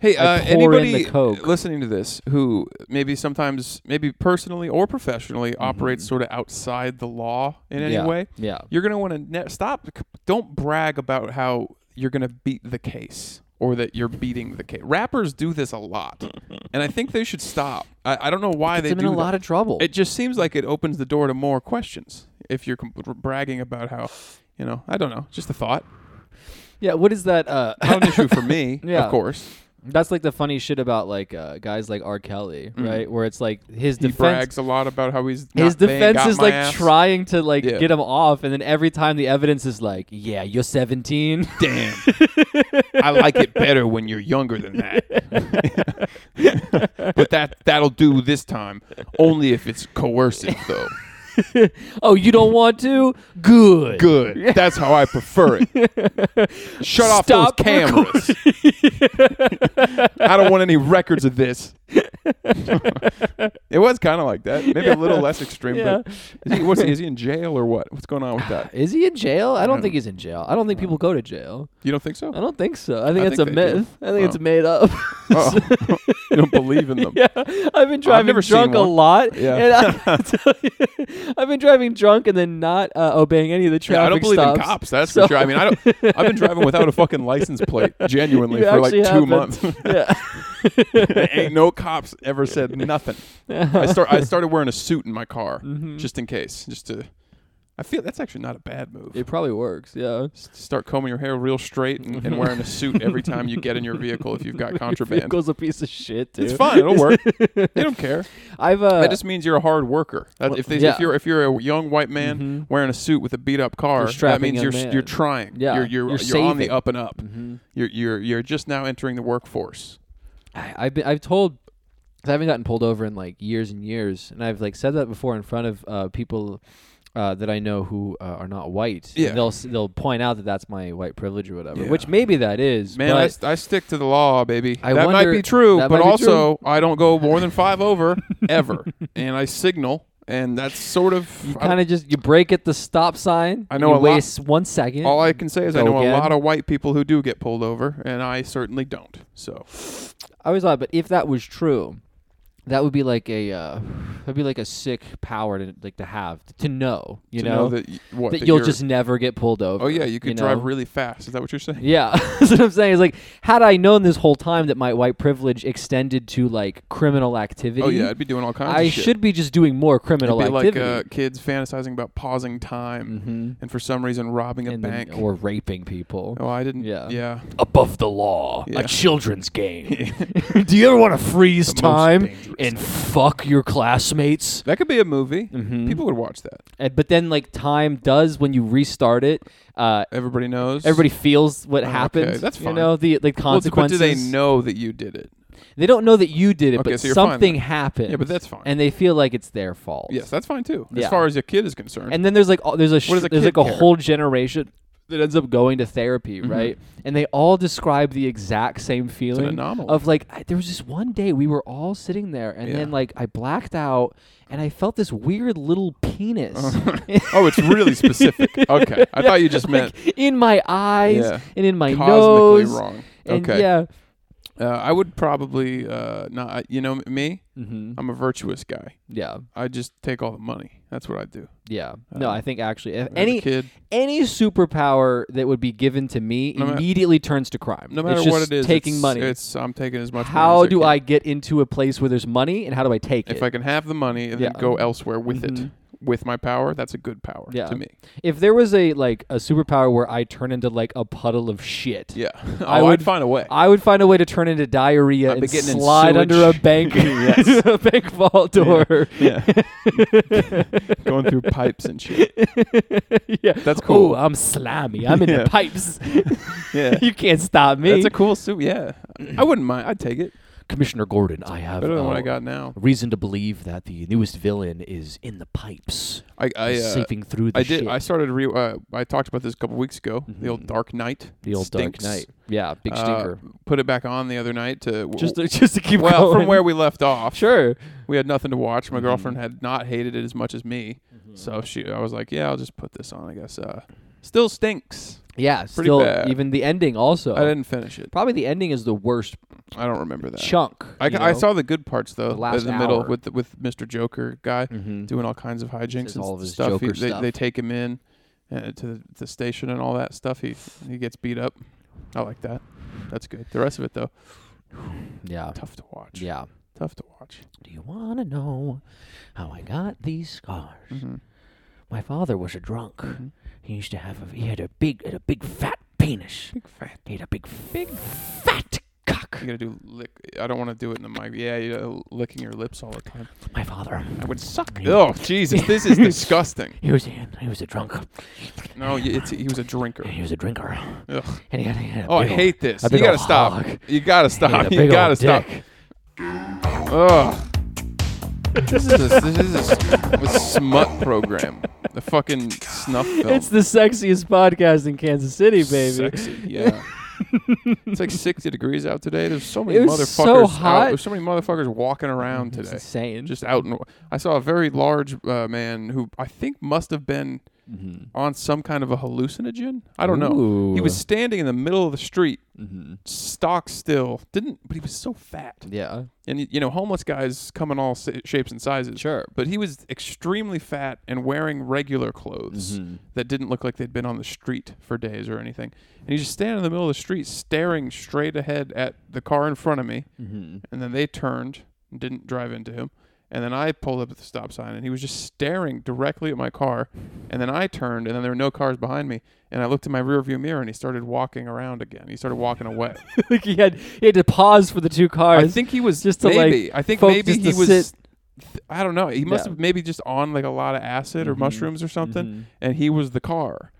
Speaker 2: Hey,
Speaker 1: I
Speaker 2: uh,
Speaker 1: pour in the
Speaker 2: anybody
Speaker 1: Coke.
Speaker 2: listening to this who maybe sometimes, maybe personally or professionally, operates sort of outside the law in any
Speaker 1: Mm-hmm. Yeah.
Speaker 2: way,
Speaker 1: Yeah.
Speaker 2: you're gonna want to ne- stop. Don't brag about how you're gonna beat the case or that you're beating the case. Rappers do this a lot, and I think they should stop. I, I don't know why
Speaker 1: It's
Speaker 2: they
Speaker 1: in
Speaker 2: do
Speaker 1: a
Speaker 2: that.
Speaker 1: lot of trouble.
Speaker 2: It just seems like it opens the door to more questions if you're com- bragging about how, you know, I don't know, just a thought.
Speaker 1: yeah. What is that? Uh,
Speaker 2: Not an issue for me,
Speaker 1: Yeah.
Speaker 2: of course.
Speaker 1: that's like the funny shit about like uh, guys like R. Kelly, right? Where it's like his
Speaker 2: Mm. He
Speaker 1: defense.
Speaker 2: brags a lot about how he's not,
Speaker 1: His
Speaker 2: they ain't
Speaker 1: defense
Speaker 2: got
Speaker 1: is
Speaker 2: my
Speaker 1: like
Speaker 2: ass.
Speaker 1: trying to like
Speaker 2: Yeah.
Speaker 1: get him off, and then every time the evidence is like, "Yeah, you're 17."
Speaker 2: Damn, I like it better when you're younger than that. but that that'll do this time. Only if it's coercive, though.
Speaker 1: oh, you don't want to? Good.
Speaker 2: Good. That's how I prefer it. Shut off
Speaker 1: Stop
Speaker 2: those cameras. I don't want any records of this. it was kind of like that. Maybe a little less extreme, but is he, what's he, is he in jail or what? What's going on with that?
Speaker 1: Is he in jail? I don't
Speaker 2: don't
Speaker 1: think he's in jail. I don't think people go to jail.
Speaker 2: You don't think so?
Speaker 1: I don't think so. I think
Speaker 2: I
Speaker 1: it's
Speaker 2: think
Speaker 1: a
Speaker 2: they do.
Speaker 1: myth. I think it's
Speaker 2: Oh.
Speaker 1: made up.
Speaker 2: Uh-oh. you don't believe in them.
Speaker 1: yeah, I've been driving
Speaker 2: never seen
Speaker 1: drunk a
Speaker 2: one.
Speaker 1: lot.
Speaker 2: Yeah.
Speaker 1: and I, have been driving drunk and then not uh, obeying any of the traffic
Speaker 2: Yeah, I don't believe
Speaker 1: stops.
Speaker 2: in cops. That's
Speaker 1: So-
Speaker 2: for sure. I mean, I don't. I've been driving without a fucking license plate, genuinely,
Speaker 1: You
Speaker 2: for like two
Speaker 1: actually have
Speaker 2: months.
Speaker 1: yeah.
Speaker 2: Ain't no cops ever said nothing. I start. I started wearing a suit in my car
Speaker 1: Mm-hmm.
Speaker 2: just in case, just to. I feel that's actually not a bad move.
Speaker 1: It probably works. Yeah.
Speaker 2: S- Start combing your hair real straight and, and wearing a suit every time you get in your vehicle if you've got contraband.
Speaker 1: Vehicle's a piece of shit, dude.
Speaker 2: It's fine. It'll work. they don't care.
Speaker 1: I've uh,
Speaker 2: That just means you're a hard worker. That-
Speaker 1: Well,
Speaker 2: if, they,
Speaker 1: yeah.
Speaker 2: if you're if you're a young white man wearing a suit with a beat up car, that
Speaker 1: strapping
Speaker 2: means
Speaker 1: young
Speaker 2: you're s-
Speaker 1: man.
Speaker 2: you're trying.
Speaker 1: Yeah.
Speaker 2: you're you're,
Speaker 1: You're
Speaker 2: you're, on the
Speaker 1: saving.
Speaker 2: up and up.
Speaker 1: mm-hmm.
Speaker 2: You're you're you're just now entering the workforce.
Speaker 1: I, I've been I've told 'cause I haven't gotten pulled over in like years and years, and I've like said that before in front of uh, people uh, that I know who uh, are not white. and
Speaker 2: Yeah.
Speaker 1: they'll s- they'll point out that that's my white privilege or whatever,
Speaker 2: Yeah.
Speaker 1: which maybe that is.
Speaker 2: Man,
Speaker 1: but
Speaker 2: I, st- I stick to the law, baby.
Speaker 1: I
Speaker 2: that might
Speaker 1: wonder-
Speaker 2: be true,
Speaker 1: that
Speaker 2: but
Speaker 1: might be
Speaker 2: also I don't go more than five over ever, and I signal, and that's sort of
Speaker 1: you
Speaker 2: I-
Speaker 1: kind of just you break at the stop sign.
Speaker 2: I know
Speaker 1: you
Speaker 2: a lot-
Speaker 1: waste one second.
Speaker 2: all I can say is I
Speaker 1: Go
Speaker 2: know
Speaker 1: again.
Speaker 2: a lot of white people who do get pulled over, and I certainly don't. So
Speaker 1: I always thought, but if that was true, that would be like a uh, that'd be like a sick power to like to have to know, you
Speaker 2: to
Speaker 1: know,
Speaker 2: that y- what
Speaker 1: that
Speaker 2: that
Speaker 1: you'll
Speaker 2: you're-
Speaker 1: just never get pulled over.
Speaker 2: oh yeah, you could
Speaker 1: know?
Speaker 2: drive really fast. Is that what you're saying?
Speaker 1: Yeah, that's what I'm saying. Is like, had I known this whole time that my white privilege extended to like criminal activity,
Speaker 2: Oh yeah, I'd be doing all kinds.
Speaker 1: I
Speaker 2: of shit.
Speaker 1: should be just doing more
Speaker 2: It'd
Speaker 1: criminal
Speaker 2: be like
Speaker 1: activity,
Speaker 2: uh, kids fantasizing about pausing time
Speaker 1: Mhm.
Speaker 2: and for some reason robbing a
Speaker 1: and then-
Speaker 2: bank.
Speaker 1: or raping people
Speaker 2: oh, I didn't.
Speaker 1: Yeah.
Speaker 2: Yeah, yeah.
Speaker 3: above the law,
Speaker 2: Yeah.
Speaker 3: a children's game. Do you ever want to freeze
Speaker 2: The most
Speaker 3: time
Speaker 2: dangerous
Speaker 3: and fuck your classmates?
Speaker 2: That could be a movie.
Speaker 1: Mhm.
Speaker 2: People would watch that.
Speaker 1: And- but then like time does when you restart it. Uh,
Speaker 2: Everybody knows.
Speaker 1: everybody feels what
Speaker 2: Oh, okay,
Speaker 1: happened.
Speaker 2: that's
Speaker 1: You
Speaker 2: fine.
Speaker 1: know the the
Speaker 2: Well, d-
Speaker 1: consequences.
Speaker 2: But do they know that you did it?
Speaker 1: They don't know that you did it,
Speaker 2: Okay,
Speaker 1: but
Speaker 2: so you're fine
Speaker 1: something
Speaker 2: then.
Speaker 1: happened.
Speaker 2: Yeah, but that's fine.
Speaker 1: And they feel like it's their fault.
Speaker 2: Yes, that's fine too.
Speaker 1: Yeah.
Speaker 2: As far as a kid is concerned.
Speaker 1: And then there's like all, there's a, sh-
Speaker 2: does a
Speaker 1: there's like
Speaker 2: kid
Speaker 1: a
Speaker 2: care? Mm-hmm.
Speaker 1: whole generation that ends up going to therapy, right? And they all describe the exact same feeling
Speaker 2: anomaly.
Speaker 1: of like I, there was this one day we were all sitting there, and
Speaker 2: Yeah.
Speaker 1: then like I blacked out, and I felt this weird little penis.
Speaker 2: oh, it's really specific. Okay, I thought you just meant
Speaker 1: like, in my eyes
Speaker 2: Yeah.
Speaker 1: and in my
Speaker 2: cosmically
Speaker 1: nose.
Speaker 2: wrong.
Speaker 1: And
Speaker 2: okay.
Speaker 1: yeah,
Speaker 2: Uh, I would probably uh, not. You know me.
Speaker 1: hmm
Speaker 2: I'm a virtuous guy.
Speaker 1: yeah,
Speaker 2: I just take all the money. That's what I do.
Speaker 1: yeah. No,
Speaker 2: Uh,
Speaker 1: I think actually, if
Speaker 2: As a
Speaker 1: any
Speaker 2: kid,
Speaker 1: any superpower that would be given to me
Speaker 2: No ma-
Speaker 1: immediately turns to crime.
Speaker 2: no
Speaker 1: It's
Speaker 2: matter
Speaker 1: just
Speaker 2: what it is,
Speaker 1: taking
Speaker 2: it's-
Speaker 1: money.
Speaker 2: It's I'm taking as much. money
Speaker 1: how
Speaker 2: as
Speaker 1: do
Speaker 2: can.
Speaker 1: I get into a place where there's money and how do I take
Speaker 2: If
Speaker 1: it?
Speaker 2: I can have the money and
Speaker 1: Yeah.
Speaker 2: then go elsewhere with
Speaker 1: Mhm.
Speaker 2: it,
Speaker 3: Mm-hmm.
Speaker 2: with my power, that's a good power
Speaker 1: Yeah.
Speaker 2: to me.
Speaker 1: if there was a like a superpower where I turn into like a puddle of shit,
Speaker 2: Yeah, oh,
Speaker 1: I
Speaker 2: I would
Speaker 1: would-
Speaker 2: I'd find a way.
Speaker 1: I would find a way to turn into diarrhea
Speaker 2: I'd be
Speaker 1: and
Speaker 2: getting in
Speaker 1: slide under a
Speaker 2: sewage.
Speaker 1: bank
Speaker 2: Yes.
Speaker 1: a bank vault door.
Speaker 2: yeah, going through pipes and shit.
Speaker 1: yeah.
Speaker 2: That's cool.
Speaker 1: Oh, I'm slimy. I'm in
Speaker 2: Yeah.
Speaker 1: the pipes.
Speaker 2: yeah,
Speaker 1: you can't stop me.
Speaker 2: that's a cool suit. Yeah, I wouldn't mind. I'd take it.
Speaker 3: Commissioner Gordon, I have
Speaker 2: Better than what
Speaker 3: uh,
Speaker 2: I got now.
Speaker 3: reason to believe that the newest villain is in the pipes,
Speaker 2: I I, uh,
Speaker 3: sleeping through the
Speaker 2: I did.
Speaker 3: shit.
Speaker 2: I started. Re- uh, I talked about this a couple weeks ago. The old
Speaker 3: Mhm.
Speaker 2: Dark Knight.
Speaker 3: the old
Speaker 2: stinks.
Speaker 3: Dark Knight. Yeah, big
Speaker 2: Uh,
Speaker 3: stinker.
Speaker 2: put it back on the other night to w-
Speaker 3: just to, just to keep
Speaker 2: well
Speaker 3: going.
Speaker 2: from where we left off.
Speaker 3: Sure. Mm-hmm.
Speaker 2: we had nothing to watch. My girlfriend had not hated it as much as me, so she. I was like, yeah, I'll just put this on. I guess. Uh, still stinks.
Speaker 1: Yeah, still
Speaker 2: bad.
Speaker 1: even the ending also.
Speaker 2: I didn't finish it.
Speaker 1: Probably the ending is the worst
Speaker 2: I don't remember that.
Speaker 1: chunk.
Speaker 2: I,
Speaker 1: you
Speaker 2: I
Speaker 1: know?
Speaker 2: saw the good parts
Speaker 1: The
Speaker 2: though,
Speaker 1: last
Speaker 2: in the middle
Speaker 1: hour.
Speaker 2: with the, with Mr. Joker guy
Speaker 3: Mm-hmm.
Speaker 1: Mhm.
Speaker 2: doing all kinds of hijinks
Speaker 1: Says
Speaker 2: and
Speaker 1: all of his
Speaker 2: stuff. He-
Speaker 1: Joker
Speaker 2: they,
Speaker 1: stuff.
Speaker 2: they take him in uh, to the, the station and all that stuff. He he gets beat up. I like that. That's good. The rest of it though,
Speaker 1: Yeah,
Speaker 2: tough to watch.
Speaker 1: Uh, yeah.
Speaker 2: Tough to watch.
Speaker 1: Do you want to know how I got these scars?
Speaker 2: Mhm.
Speaker 1: My father was a drunk.
Speaker 2: Mm-hmm.
Speaker 1: He used to have a he had a big had a big fat penis. Big fat. He had a big big fat cock.
Speaker 2: You gotta do lick. I don't want to do it in the mic. Yeah, you know, licking your lips all the time.
Speaker 1: My father.
Speaker 2: I would suck.
Speaker 1: Yeah.
Speaker 2: Oh Jesus, this is disgusting.
Speaker 1: He was a, he was a drunk.
Speaker 2: No, y- it's, he was a drinker.
Speaker 1: He was a drinker.
Speaker 2: Ugh.
Speaker 1: And he had, he had a
Speaker 2: Oh, I
Speaker 1: big ol-
Speaker 2: hate this.
Speaker 1: a
Speaker 2: You
Speaker 1: big
Speaker 2: gotta
Speaker 1: ol'
Speaker 2: stop.
Speaker 1: hog.
Speaker 2: You gotta
Speaker 1: He had
Speaker 2: stop.
Speaker 1: a
Speaker 2: You
Speaker 1: big
Speaker 2: gotta
Speaker 1: ol'
Speaker 2: stop.
Speaker 1: dick.
Speaker 2: Ugh. this is a, this is a, s- a smut program. The fucking snuff film.
Speaker 1: It's the sexiest podcast in Kansas City, baby.
Speaker 2: Sexy, yeah. it's like 60 degrees out today. There's so many
Speaker 1: It was so
Speaker 2: motherfuckers out.
Speaker 1: hot.
Speaker 2: There's so many motherfuckers walking around
Speaker 1: It's
Speaker 2: today.
Speaker 1: insane.
Speaker 2: Just out and I saw a very large uh, man who I think must have been
Speaker 1: Mm-hmm.
Speaker 2: on some kind of a hallucinogen. I don't know. He
Speaker 1: Ooh.
Speaker 2: was standing in the middle of the street,
Speaker 1: Mhm.
Speaker 2: stock still. Didn't, but he was so fat.
Speaker 1: yeah.
Speaker 2: and y- you know homeless guys come in all sa- shapes and sizes
Speaker 1: Sure.
Speaker 2: but he was extremely fat and wearing regular clothes
Speaker 1: Mm-hmm.
Speaker 2: that didn't look like they'd been on the street for days or anything and he's just standing in the middle of the street staring straight ahead at the car in front of me
Speaker 1: Mm-hmm.
Speaker 2: and then they turned and didn't drive into him and then I pulled up at the stop sign and he was just staring directly at my car and then I turned and then there were no cars behind me and I looked in my rearview mirror and he started walking around again he started walking away
Speaker 1: like he had he had to pause for the two cars.
Speaker 2: I think he was
Speaker 1: just
Speaker 2: just
Speaker 1: to, like,
Speaker 2: maybe. I think
Speaker 1: folk
Speaker 2: maybe
Speaker 1: just
Speaker 2: he
Speaker 1: to
Speaker 2: was.
Speaker 1: sit-
Speaker 2: th- I don't know. He must
Speaker 1: Yeah. Mm-hmm.
Speaker 2: have maybe just on like a lot of acid or mushrooms or something, and he was the car.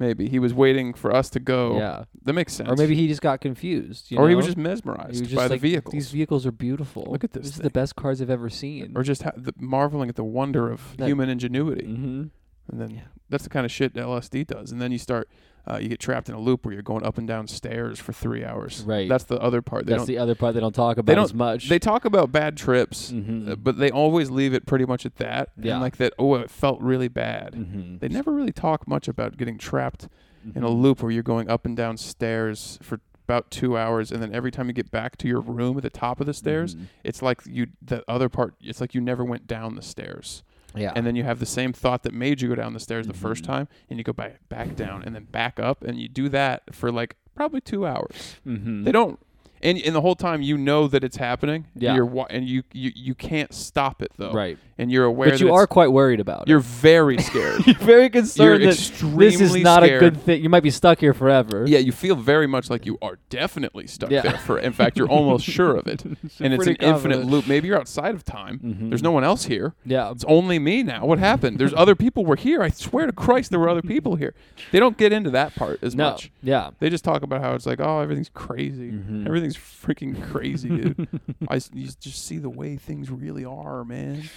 Speaker 2: Maybe he was waiting for us to go.
Speaker 1: Yeah.
Speaker 2: that makes sense.
Speaker 1: Or maybe he just got confused. you
Speaker 2: or he was
Speaker 1: know?
Speaker 2: just mesmerized
Speaker 1: He was just
Speaker 2: by
Speaker 1: like,
Speaker 2: the vehicles,
Speaker 1: These vehicles are beautiful.
Speaker 2: Look at this
Speaker 1: This is
Speaker 2: thing."
Speaker 1: the best cars I've ever seen.
Speaker 2: or just ha- the, marveling at the wonder of
Speaker 1: That-
Speaker 2: human ingenuity.
Speaker 1: mm-hmm.
Speaker 2: And then
Speaker 1: Yeah.
Speaker 2: that's the kind of shit that LSD does. And then you start. Uh, you get trapped in a loop where you're going up and down stairs for three hours.
Speaker 1: Right.
Speaker 2: That's the other part. They
Speaker 1: That's
Speaker 2: don't,
Speaker 1: the other part they don't talk about
Speaker 2: they don't
Speaker 1: as much.
Speaker 2: They talk about bad trips,
Speaker 1: Mhm.
Speaker 2: uh, but they always leave it pretty much at that.
Speaker 1: Yeah.
Speaker 2: And like that, oh, it felt really bad.
Speaker 1: Mhm.
Speaker 2: They never really talk much about getting trapped in a loop where you're going up and down stairs for about two hours, and then every time you get back to your room at the top of
Speaker 1: Mm-hmm.
Speaker 2: the stairs, it's like you the other part. It's like you never went down the stairs.
Speaker 1: yeah.
Speaker 2: And then you have the same thought that made you go down the stairs the first
Speaker 1: Mm-hmm.
Speaker 2: time, and you go back back down, and then back up, and you do that for like probably two hours.
Speaker 1: mm-hmm.
Speaker 2: They don't. And, and the whole time you know that it's happening.
Speaker 1: Yeah.
Speaker 2: You're wa- and you, you you can't stop it though.
Speaker 1: Right.
Speaker 2: And you're aware
Speaker 1: but
Speaker 2: that
Speaker 1: you are
Speaker 2: it's-
Speaker 1: quite worried about
Speaker 2: you're very scared.
Speaker 1: it. You're very
Speaker 2: you're
Speaker 1: concerned that
Speaker 2: extremely
Speaker 1: this is not
Speaker 2: scared.
Speaker 1: a good thing. You might be stuck here forever.
Speaker 2: Yeah, you feel very much like you are definitely stuck
Speaker 1: Yeah.
Speaker 2: there for. In fact, you're almost sure of it. and it's an
Speaker 1: pretty
Speaker 2: infinite
Speaker 1: confident. Mm-hmm.
Speaker 2: loop. Maybe you're outside of time. There's no one else here.
Speaker 1: Yeah.
Speaker 2: It's only me now. What happened? There's other people were here. I swear to Christ, there were other people here. They don't get into that part as
Speaker 1: No.
Speaker 2: much.
Speaker 1: Yeah.
Speaker 2: They just talk about how it's like, oh, everything's crazy.
Speaker 1: Mm-hmm.
Speaker 2: Everything's freaking crazy, dude. I s- you s- just see the way things really are, man.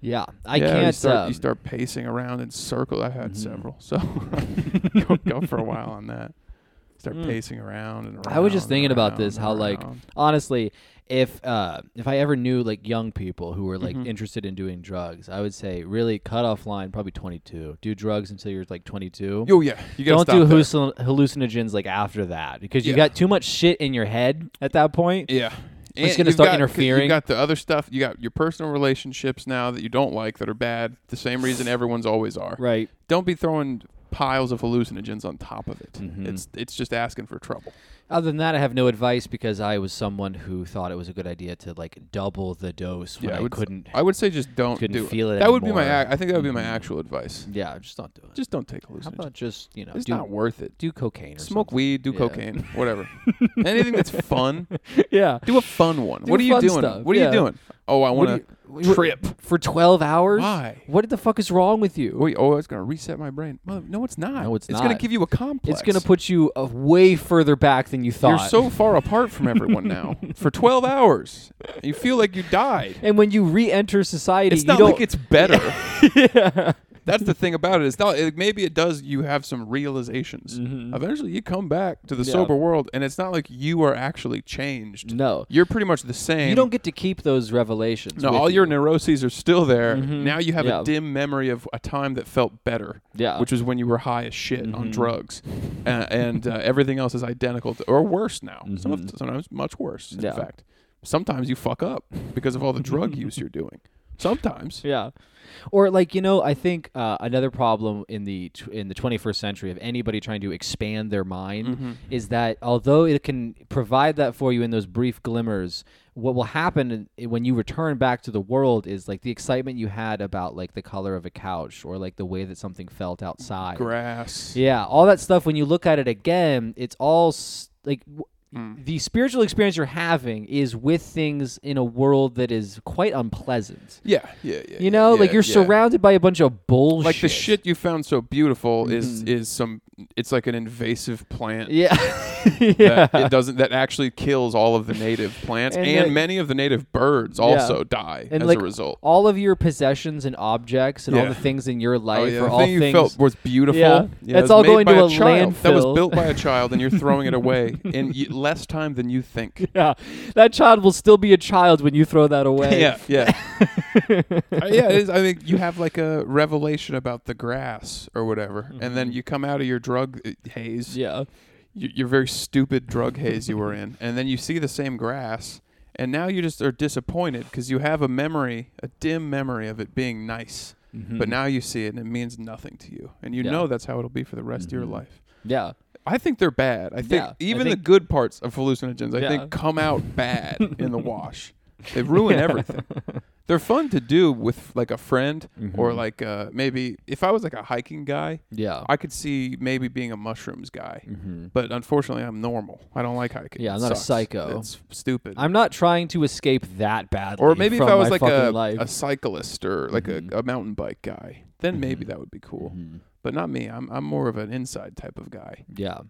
Speaker 1: Yeah. I
Speaker 2: Yeah, You
Speaker 1: can't.
Speaker 2: start,
Speaker 1: um, Mm-hmm.
Speaker 2: you start pacing around in circles. I've had several, so go, go for a while on that. Start pacing around and around.
Speaker 1: Mm. I was just
Speaker 2: and
Speaker 1: thinking about
Speaker 2: around
Speaker 1: this,
Speaker 2: and
Speaker 1: how like
Speaker 2: around.
Speaker 1: honestly, if uh if I ever knew like young people who were like
Speaker 2: Mm-hmm.
Speaker 1: interested in doing drugs, I would say really cut off line probably 22. Do drugs until you're like 22.
Speaker 2: oh yeah, you gotta
Speaker 1: Don't
Speaker 2: stop
Speaker 1: do
Speaker 2: there.
Speaker 1: hallucin- hallucinogens like after that because you
Speaker 2: Yeah.
Speaker 1: got too much shit in your head at that point.
Speaker 2: Yeah.
Speaker 1: It's
Speaker 2: And
Speaker 1: gonna
Speaker 2: you've
Speaker 1: start
Speaker 2: got- 'cause You
Speaker 1: interfering.
Speaker 2: got the other stuff. You got your personal relationships now that you don't like that are bad. The same reason everyone's always are.
Speaker 1: Right.
Speaker 2: Don't be throwing piles of hallucinogens on top of it.
Speaker 1: Mm-hmm.
Speaker 2: It's it's just asking for trouble.
Speaker 1: Other than that, I have no advice because I was someone who thought it was a good idea to like double the dose when
Speaker 2: yeah,
Speaker 1: I,
Speaker 2: I would,
Speaker 1: couldn't.
Speaker 2: I would say just don't
Speaker 1: couldn't
Speaker 2: do
Speaker 1: feel it
Speaker 2: That would be my.
Speaker 1: anymore.
Speaker 2: ac- I think that would be my actual advice.
Speaker 1: yeah, just don't do it.
Speaker 2: Just don't take
Speaker 1: How
Speaker 2: hallucinogens.
Speaker 1: about just you know
Speaker 2: It's
Speaker 1: do
Speaker 2: not worth it.
Speaker 1: do cocaine or
Speaker 2: Smoke weed, do
Speaker 1: Yeah.
Speaker 2: cocaine, whatever. Anything that's fun.
Speaker 1: something. yeah.
Speaker 2: Do a fun one.
Speaker 1: Do
Speaker 2: what are you
Speaker 1: fun
Speaker 2: doing?
Speaker 1: stuff,
Speaker 2: What are
Speaker 1: yeah.
Speaker 2: you doing? Oh, I
Speaker 1: What
Speaker 2: want
Speaker 1: do you-
Speaker 2: to
Speaker 1: what-
Speaker 2: trip.
Speaker 1: for 12 hours?
Speaker 2: Why?
Speaker 1: What the fuck is wrong with you?
Speaker 2: Wait, oh, it's gonna reset my brain. Mother, no, it's not.
Speaker 1: No, it's
Speaker 2: gonna
Speaker 1: not.
Speaker 2: give you a complex.
Speaker 1: it's going to put you uh, way further back than than you thought.
Speaker 2: You're so far apart from everyone now for 12 hours. You feel like you died.
Speaker 1: and when you re-enter society,
Speaker 2: It's
Speaker 1: you
Speaker 2: not
Speaker 1: don't.
Speaker 2: like it's better.
Speaker 1: yeah.
Speaker 2: That's the thing about it. It's not. It, maybe it does. You have some realizations. Eventually, you come back to the
Speaker 1: Mm-hmm. Yeah.
Speaker 2: sober world, and it's not like you are actually changed.
Speaker 1: No,
Speaker 2: You're pretty much the same.
Speaker 1: you don't get to keep those revelations.
Speaker 2: No,
Speaker 1: with
Speaker 2: all
Speaker 1: you. Mm-hmm.
Speaker 2: your neuroses are still there. Now you have
Speaker 1: Yeah. Uh,
Speaker 2: a dim memory of a time that felt better,
Speaker 1: Yeah.
Speaker 2: which was when you were high as shit on
Speaker 1: mm-hmm.
Speaker 2: drugs, uh, and uh, everything else is identical to, or worse now. Some of, sometimes much worse. In
Speaker 1: Mm-hmm. Yeah.
Speaker 2: fact, sometimes you fuck up because of all the drug use you're doing. Sometimes,
Speaker 1: Yeah. Or like you know, I think uh, another problem in the tw- in the 21st century of anybody trying to expand their mind
Speaker 2: Mm-hmm.
Speaker 1: is that although it can provide that for you in those brief glimmers, what will happen in- when you return back to the world is like the excitement you had about like the color of a couch or like the way that something felt outside.
Speaker 2: grass.
Speaker 1: Yeah, all that stuff. When you look at it again, it's all s- like w-
Speaker 2: Hmm.
Speaker 1: the spiritual experience you're having is with things in a world that is quite unpleasant.
Speaker 2: Yeah, yeah, yeah. yeah,
Speaker 1: You know, like
Speaker 2: Eh, yeah,
Speaker 1: you're
Speaker 2: yeah.
Speaker 1: surrounded by Mm-hmm. a bunch of bullshit.
Speaker 2: Like the shit you found so beautiful is is some. It's like an invasive plant.
Speaker 1: Yeah. yeah.
Speaker 2: that it doesn't that actually kills all of the native plants
Speaker 1: And
Speaker 2: and,
Speaker 1: that-
Speaker 2: many of the native birds also die
Speaker 1: And
Speaker 2: as
Speaker 1: like
Speaker 2: a result.
Speaker 1: all of your possessions and objects and all
Speaker 2: Yeah.
Speaker 1: the things in your life
Speaker 2: Oh, yeah,
Speaker 1: are
Speaker 2: the
Speaker 1: all
Speaker 2: thing you
Speaker 1: things.
Speaker 2: felt was beautiful.
Speaker 1: Yeah.
Speaker 2: it
Speaker 1: That's
Speaker 2: was
Speaker 1: all
Speaker 2: made
Speaker 1: going
Speaker 2: by
Speaker 1: to
Speaker 2: a
Speaker 1: a
Speaker 2: child. That
Speaker 1: landfill.
Speaker 2: was built by a child, and you're throwing it away in y- less time than you think.
Speaker 1: yeah, that child will still be a child when you throw that away.
Speaker 2: Yeah, yeah, Uh, yeah. It is, I think you have like a revelation about the grass or whatever, and
Speaker 1: Mm-hmm.
Speaker 2: then you come out of your drug uh, haze,
Speaker 1: yeah,
Speaker 2: y- your very stupid drug haze you were in, and then you see the same grass, and now you just are disappointed because you have a memory, a dim memory of it being nice,
Speaker 1: Mm-hmm.
Speaker 2: but now you see it and it means nothing to you, and you
Speaker 1: Yeah.
Speaker 2: know that's how it'll be for the rest of your life.
Speaker 1: yeah.
Speaker 2: I think they're bad. I think
Speaker 1: Yeah, I
Speaker 2: even the
Speaker 1: think-
Speaker 2: good parts of hallucinogens, I
Speaker 1: Yeah.
Speaker 2: think, come out bad in the wash. They ruin everything. They're fun to do with like a friend
Speaker 1: Mm-hmm.
Speaker 2: or like uh, maybe if I was like a hiking guy,
Speaker 1: Yeah. Mm-hmm.
Speaker 2: I could see maybe being a mushrooms guy, but unfortunately, I'm normal. I don't like hiking.
Speaker 1: Yeah, I'm
Speaker 2: It
Speaker 1: not a
Speaker 2: sucks.
Speaker 1: psycho.
Speaker 2: It's stupid.
Speaker 1: I'm not trying to escape that badly.
Speaker 2: or maybe if
Speaker 1: from
Speaker 2: I was
Speaker 1: my
Speaker 2: like
Speaker 1: fucking
Speaker 2: a,
Speaker 1: life. Mm-hmm.
Speaker 2: a cyclist or like a, a mountain bike guy, then maybe that would be cool. But not me. I'm I'm more of an inside type of guy.
Speaker 1: Yeah,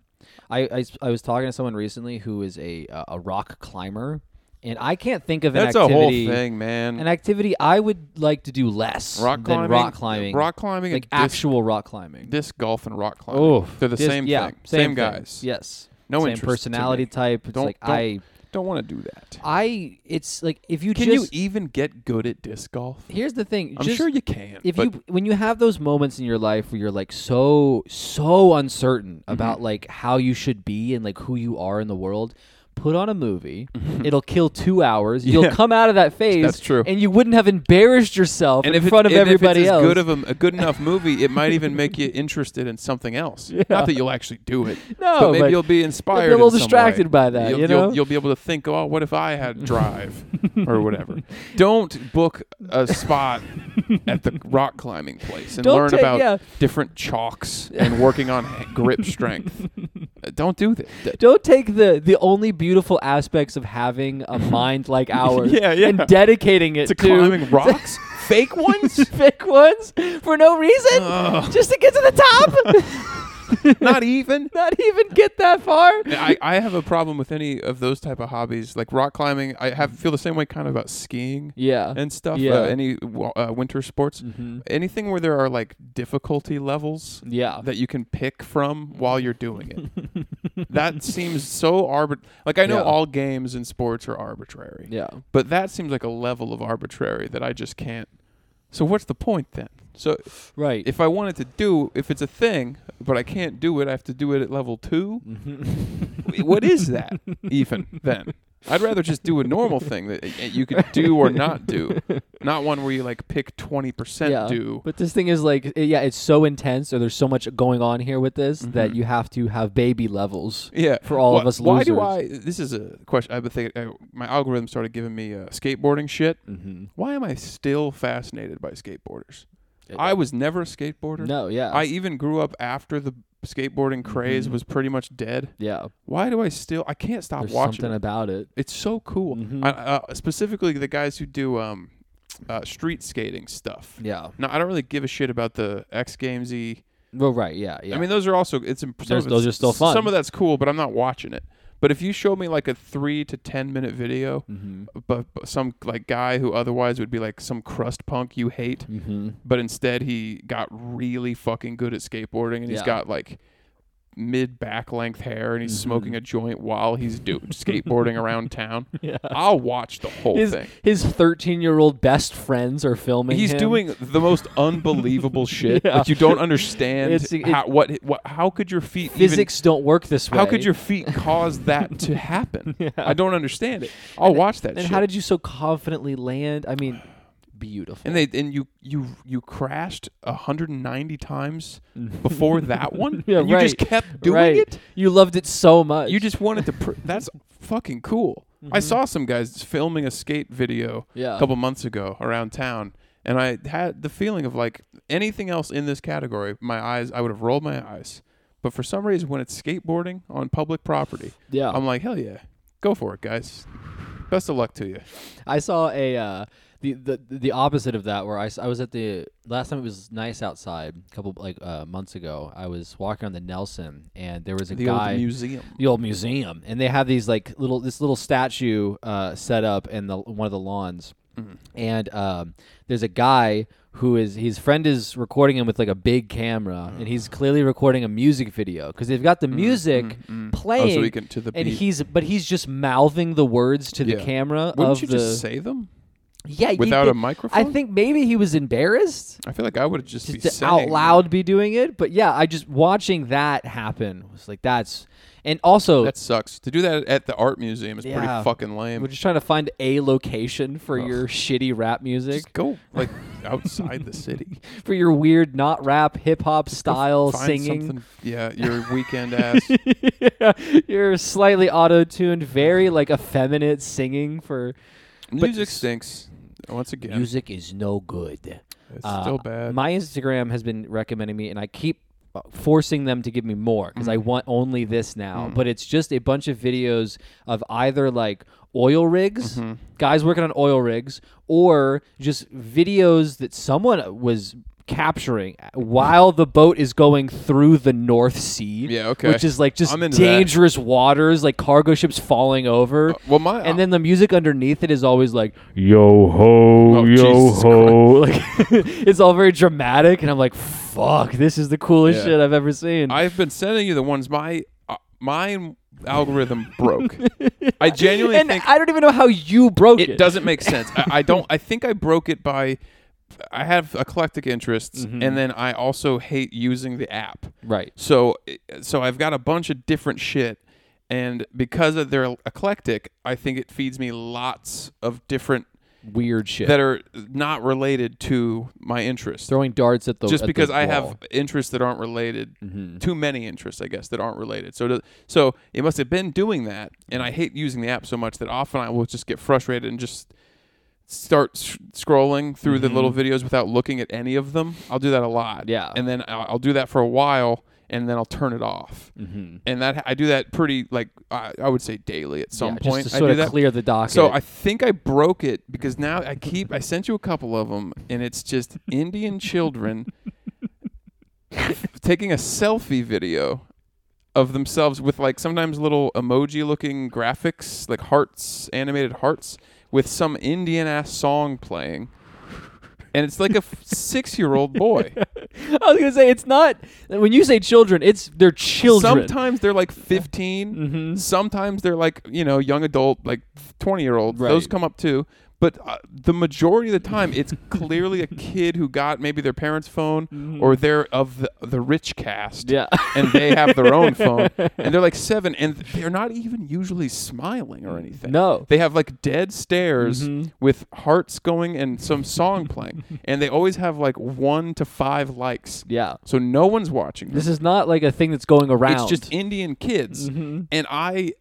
Speaker 1: I, I s- I was talking to someone recently who is a uh, a rock climber, and I can't think of an
Speaker 2: That's a whole
Speaker 1: activity
Speaker 2: thing, man.
Speaker 1: an activity I would like to do less
Speaker 2: rock
Speaker 1: than
Speaker 2: climbing,
Speaker 1: rock climbing,
Speaker 2: rock climbing,
Speaker 1: like
Speaker 2: and disc,
Speaker 1: actual rock climbing.
Speaker 2: disc golf and rock climbing.
Speaker 1: oh,
Speaker 2: they're the
Speaker 1: dis-
Speaker 2: same
Speaker 1: yeah,
Speaker 2: thing,
Speaker 1: Same, thing.
Speaker 2: guys.
Speaker 1: Yes.
Speaker 2: No
Speaker 1: same
Speaker 2: interest to
Speaker 1: personality
Speaker 2: me.
Speaker 1: type. It's
Speaker 2: Don't-
Speaker 1: like
Speaker 2: don't-
Speaker 1: I
Speaker 2: don't want to do that.
Speaker 1: I it's like if you
Speaker 2: Can
Speaker 1: just
Speaker 2: you even get good at disc golf?
Speaker 1: here's the thing.
Speaker 2: I'm
Speaker 1: just-
Speaker 2: sure you can.
Speaker 1: if
Speaker 2: but
Speaker 1: you when you have those moments in your life where you're like so so uncertain
Speaker 2: Mm-hmm.
Speaker 1: about like how you should be and like who you are in the world put on a movie it'll kill two hours you'll
Speaker 2: Mm-hmm. Yeah.
Speaker 1: come out of that phase
Speaker 2: That's true.
Speaker 1: and you wouldn't have embarrassed yourself
Speaker 2: and
Speaker 1: in
Speaker 2: if
Speaker 1: front of
Speaker 2: it's, and
Speaker 1: everybody
Speaker 2: if it's as
Speaker 1: else
Speaker 2: good of a, a good enough movie, it might even make you interested in something else. Not that you'll actually do it.
Speaker 1: No,
Speaker 2: but maybe
Speaker 1: but
Speaker 2: you'll be inspired.
Speaker 1: little
Speaker 2: in some way.
Speaker 1: distracted by that,
Speaker 2: You'll,
Speaker 1: you
Speaker 2: you'll-
Speaker 1: know?
Speaker 2: you'll be able to think, oh, what if I had drive or whatever? Don't book a spot at the rock climbing place and
Speaker 1: Don't
Speaker 2: learn
Speaker 1: take-
Speaker 2: about
Speaker 1: yeah.
Speaker 2: different chalks and working on ha- grip strength. Uh, Don't do that. D-
Speaker 1: don't take the the only beautiful aspects of having a mind like ours
Speaker 2: Yeah, yeah.
Speaker 1: and dedicating it to,
Speaker 2: To climbing rocks, fake ones.
Speaker 1: fake ones for no reason just to get to the top
Speaker 2: Not even.
Speaker 1: not even get that far
Speaker 2: I, I have a problem with any of those type of hobbies like rock climbing i have feel the same way kind of about skiing
Speaker 1: yeah Mm-hmm.
Speaker 2: and stuff
Speaker 1: Yeah.
Speaker 2: uh, any wa- uh, winter sports anything where there are like difficulty levels
Speaker 1: Yeah.
Speaker 2: that you can pick from while you're doing it that seems so arbit like i know
Speaker 1: Yeah.
Speaker 2: all games and sports are arbitrary
Speaker 1: yeah.
Speaker 2: but that seems like a level of arbitrary that i just can't so what's the point then so
Speaker 1: Right.
Speaker 2: if i wanted to do if it's a thing but i can't do it i have to do it at level 2
Speaker 1: Mm-hmm.
Speaker 2: what is that even then? I'd rather just do a normal thing that uh, you could do or not do, not one where you like pick twenty percent
Speaker 1: yeah.
Speaker 2: do.
Speaker 1: But this thing is like i- yeah, it's so intense or there's so much going on here with this that you have to have baby levels.
Speaker 2: Yeah,
Speaker 1: For all of
Speaker 2: Why-
Speaker 1: us
Speaker 2: Mm-hmm. Why do I?
Speaker 1: losers.
Speaker 2: This is a question. I've been thinking. uh, my algorithm started giving me uh, skateboarding shit.
Speaker 1: Mm-hmm.
Speaker 2: Why am I still fascinated by skateboarders? I was never a skateboarder.
Speaker 1: No, yeah.
Speaker 2: I even grew up after the skateboarding craze was pretty much dead.
Speaker 1: yeah.
Speaker 2: Why do I still? I can't stop
Speaker 1: Mm-hmm. There's
Speaker 2: watching.
Speaker 1: something
Speaker 2: it.
Speaker 1: about it. Mm-hmm.
Speaker 2: It's so cool. I, uh, specifically, the guys who do um, uh, street skating stuff.
Speaker 1: Yeah.
Speaker 2: No, I don't really give a shit about the X Gamesy.
Speaker 1: Well right, yeah, yeah.
Speaker 2: I mean, those are also it's imp- some
Speaker 1: There's-
Speaker 2: of
Speaker 1: those
Speaker 2: it's-
Speaker 1: are still fun.
Speaker 2: Some of that's cool, but I'm not watching it. But if you show me like a three to ten minute video,
Speaker 1: Mm-hmm.
Speaker 2: but, but some like guy who otherwise would be like some crust punk you hate,
Speaker 1: Mm-hmm.
Speaker 2: but instead he got really fucking good at skateboarding and he's
Speaker 1: Yeah.
Speaker 2: got like mid back length hair and he's
Speaker 1: Mhm.
Speaker 2: smoking a joint while he's do- skateboarding around town.
Speaker 1: Yeah.
Speaker 2: I'll watch the whole
Speaker 1: His
Speaker 2: thing.
Speaker 1: his thirteen year old best friends are filming.
Speaker 2: He's
Speaker 1: him.
Speaker 2: doing the most unbelievable shit.
Speaker 1: Yeah.
Speaker 2: Like you don't understand
Speaker 1: It's- it-
Speaker 2: how, what, what how could your feet even
Speaker 1: physics don't work this way.
Speaker 2: How could your feet cause that to happen?
Speaker 1: Yeah.
Speaker 2: I don't understand it. I'll watch that.
Speaker 1: And
Speaker 2: shit.
Speaker 1: how did you so confidently land? I mean, beautiful.
Speaker 2: and they and you you you crashed 190 times before that one.
Speaker 1: Yeah,
Speaker 2: and you just
Speaker 1: right.
Speaker 2: kept doing
Speaker 1: Right.
Speaker 2: it.
Speaker 1: Mm-hmm. You loved it so much.
Speaker 2: You just wanted to. Pr- that's fucking cool. I
Speaker 1: Mm-hmm.
Speaker 2: saw some guys filming a skate video
Speaker 1: yeah.
Speaker 2: a couple months ago around town, and I had the feeling of like anything else in this category, my eyes, I would have rolled my eyes. But for some reason, when it's skateboarding on public property,
Speaker 1: yeah.
Speaker 2: I'm like, hell yeah, go for it, guys. Best of luck to you.
Speaker 1: I saw a uh, the, the the opposite of that where I, s- I was at the last time it was nice outside a couple like uh, months ago. I was walking on the Nelson and there was a
Speaker 2: The
Speaker 1: guy
Speaker 2: old museum.
Speaker 1: the old museum and they have these like little this little statue uh, set up in the one of the lawns
Speaker 2: Mm. Oh,
Speaker 1: and um, there's a guy who is his friend is recording him with like a big camera and
Speaker 2: Mm.
Speaker 1: he's clearly recording a music video because they've got the music playing
Speaker 2: Oh, so he can to the
Speaker 1: and
Speaker 2: beat.
Speaker 1: he's but he's just mouthing the words to the
Speaker 2: Yeah.
Speaker 1: camera
Speaker 2: Wouldn't
Speaker 1: of
Speaker 2: you
Speaker 1: the
Speaker 2: just say them?
Speaker 1: yeah you
Speaker 2: without
Speaker 1: could-
Speaker 2: a microphone?
Speaker 1: I think maybe he was embarrassed
Speaker 2: I feel like I would just, be
Speaker 1: just to
Speaker 2: saying
Speaker 1: out
Speaker 2: them.
Speaker 1: loud be doing it but yeah I just watching that happen was like that's and also
Speaker 2: That sucks. To do that at the art museum is
Speaker 1: Yeah.
Speaker 2: pretty fucking lame.
Speaker 1: We're just trying to find a location for your shitty rap music,
Speaker 2: just go like outside the city.
Speaker 1: for your weird not rap hip hop style
Speaker 2: Find
Speaker 1: singing.
Speaker 2: something- Yeah, your weekend ass.
Speaker 1: your slightly auto tuned, very like effeminate singing for
Speaker 2: Music stinks. Once again,
Speaker 1: music is no good.
Speaker 2: it's
Speaker 1: Uh,
Speaker 2: still bad.
Speaker 1: My Instagram has been recommending me, and I keep uh, forcing them to give me more because
Speaker 2: Mm.
Speaker 1: I want only this now. But it's just a bunch of videos of either like oil rigs,
Speaker 2: Mm-hmm.
Speaker 1: guys working on oil rigs, or just videos that someone was capturing uh, while the boat is going through the North Sea.
Speaker 2: Yeah, okay.
Speaker 1: Which is like just
Speaker 2: I'm into that.
Speaker 1: dangerous waters, like cargo ships falling over.
Speaker 2: well, my
Speaker 1: and then the music underneath it is always like
Speaker 3: Yo ho,
Speaker 2: Oh,
Speaker 3: yo
Speaker 2: Jesus
Speaker 3: ho.
Speaker 1: like it's all very dramatic and i'm like fuck this is the coolest
Speaker 2: Yeah.
Speaker 1: shit i've ever seen
Speaker 2: I've been sending you the ones my uh, my algorithm broke. I genuinely
Speaker 1: and
Speaker 2: think
Speaker 1: i don't even know how you broke it,
Speaker 2: it doesn't make sense. I, I don't. I think I broke it by. I have eclectic interests,
Speaker 1: Mm-hmm.
Speaker 2: and then I also hate using the app.
Speaker 1: right
Speaker 2: So, so I've got a bunch of different shit, and because of their eclectic, I think it feeds me lots of different
Speaker 1: weird shit
Speaker 2: that are not related to my interests.
Speaker 1: throwing darts at the
Speaker 2: Just
Speaker 1: at
Speaker 2: because
Speaker 1: the
Speaker 2: I
Speaker 1: wall. Mm-hmm.
Speaker 2: have interests that aren't related, too many interests, I guess, that aren't related. So, to, so it must have been doing that, and I hate using the app so much that often I will just get frustrated and just start s- scrolling through the little videos without looking at any of them. I'll do that a lot,
Speaker 1: Mm-hmm. Yeah.
Speaker 2: and then I'll, I'll do that for a while, and then I'll turn it off.
Speaker 1: Mm.
Speaker 2: Mm-hmm. And that I do that pretty like I, I would say daily at some
Speaker 1: yeah,
Speaker 2: point.
Speaker 1: just
Speaker 2: I
Speaker 1: to sort
Speaker 2: do
Speaker 1: of
Speaker 2: that.
Speaker 1: clear the docket
Speaker 2: So I think I broke it because now I keep I sent you a couple of them and it's just Indian children taking a selfie video of themselves with like sometimes little emoji looking graphics like hearts animated hearts with some Indian ass song playing. And it's like a 6-year-old boy.
Speaker 1: I was gonna say it's not when you say children it's they're children
Speaker 2: Sometimes they're like 15.
Speaker 1: Mhm.
Speaker 2: Sometimes they're like, you know, young adult, like 20 year olds. Those
Speaker 1: Right.
Speaker 2: come up too. But uh, the majority of the time, it's clearly a kid who got maybe their parents' phone or they're of the, the rich cast.
Speaker 1: Hmm. yeah
Speaker 2: And they have their own phone. And they're like seven. And they're not even usually smiling or anything.
Speaker 1: no Mm-hmm.
Speaker 2: They have like dead stares with hearts going and some song playing. and they always have like one to five likes.
Speaker 1: yeah
Speaker 2: So no one's watching. them.
Speaker 1: this is not like a thing that's going around Mm-hmm.
Speaker 2: It's just Indian kids, and I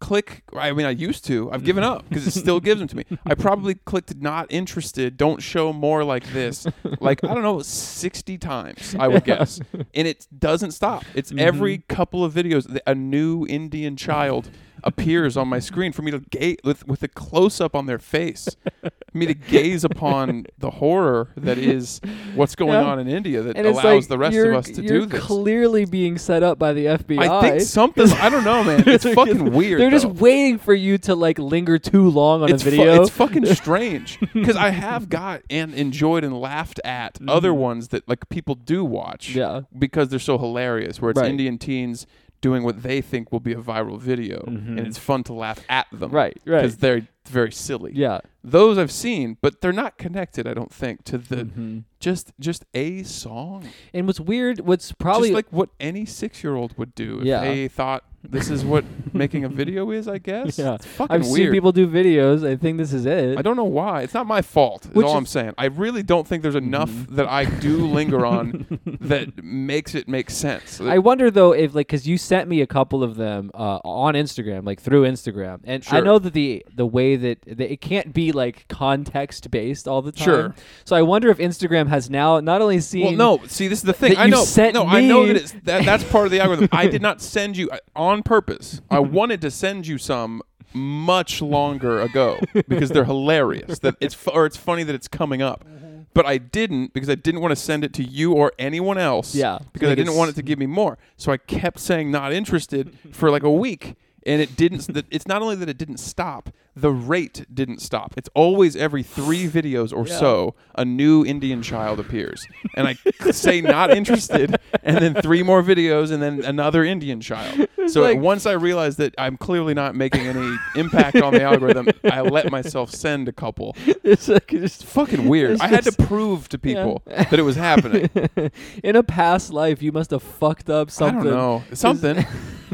Speaker 2: click. I mean, I used to. I've given up because it still gives them to me. I probably clicked not interested. Don't show more like this. Like I don't know, sixty times I would guess,
Speaker 1: Mm-hmm.
Speaker 2: and it doesn't stop. It's every couple of videos th- a new Indian child appears on my screen for me to gaze with with a close up on their face, for me to gaze upon the horror that is what's going
Speaker 1: Yeah.
Speaker 2: on in India that
Speaker 1: And it's
Speaker 2: allows
Speaker 1: like
Speaker 2: the rest
Speaker 1: you're-
Speaker 2: of us to
Speaker 1: you're
Speaker 2: do this.
Speaker 1: Clearly being set up by the FBI.
Speaker 2: I think something. I don't know, man. It's fucking weird.
Speaker 1: They're just
Speaker 2: though.
Speaker 1: waiting for you to like linger too long on
Speaker 2: it's
Speaker 1: a
Speaker 2: fu-
Speaker 1: video.
Speaker 2: it's fucking strange because I have got and enjoyed and laughed at other ones that like people do watch.
Speaker 1: Mm-hmm. Yeah.
Speaker 2: because they're so hilarious. Where it's
Speaker 1: Right.
Speaker 2: Indian teens doing what they think will be a viral video, and it's fun to laugh at them.
Speaker 1: Mm-hmm. Right, right.
Speaker 2: Because they're very silly.
Speaker 1: yeah.
Speaker 2: Those I've seen, but they're not connected. I don't think to the
Speaker 1: Mm-hmm.
Speaker 2: just just a song.
Speaker 1: And what's weird, what's probably
Speaker 2: just like what any six year old would do if
Speaker 1: Yeah.
Speaker 2: they thought this is what making a video is. I guess.
Speaker 1: Yeah.
Speaker 2: It's fucking
Speaker 1: I've
Speaker 2: weird.
Speaker 1: seen people do videos. I think this is it.
Speaker 2: I don't know why. It's not my fault. Is
Speaker 1: Which
Speaker 2: all
Speaker 1: is- Mm-hmm.
Speaker 2: I'm saying. I really don't think there's enough that I do linger on that makes it make sense.
Speaker 1: I wonder though if like because you sent me a couple of them uh, on Instagram, like through Instagram, and I
Speaker 2: Sure.
Speaker 1: know that the the way that, that it can't be like context based all the time.
Speaker 2: Sure.
Speaker 1: So I wonder if Instagram has now not only seen
Speaker 2: well, no. See, this is the thing.
Speaker 1: that
Speaker 2: I
Speaker 1: you
Speaker 2: know.
Speaker 1: sent
Speaker 2: no, I know
Speaker 1: me-
Speaker 2: that it's that, that's part of the algorithm. I did not send you I, on purpose. I wanted to send you some much longer ago because they're hilarious. That it's fu- or it's funny that it's coming up.
Speaker 1: Mm-hmm.
Speaker 2: But I didn't because I didn't want to send it to you or anyone else.
Speaker 1: Yeah,
Speaker 2: Because I
Speaker 1: like
Speaker 2: didn't want
Speaker 1: it's-
Speaker 2: it to give me more. So I kept saying not interested for like a week. And it didn't. that- It's not only that it didn't stop. The rate didn't stop. It's always every three videos or so a new Indian child appears, and I say not interested, and then three more videos, and then another Indian child. So
Speaker 1: like-
Speaker 2: once I realized that I'm clearly not making any impact on the algorithm, I let myself send a couple.
Speaker 1: it's like it's
Speaker 2: It's fucking weird.
Speaker 1: It's
Speaker 2: I had to
Speaker 1: just-
Speaker 2: prove to people that it was happening.
Speaker 1: in a past life you must have fucked up something.
Speaker 2: I don't know. Something.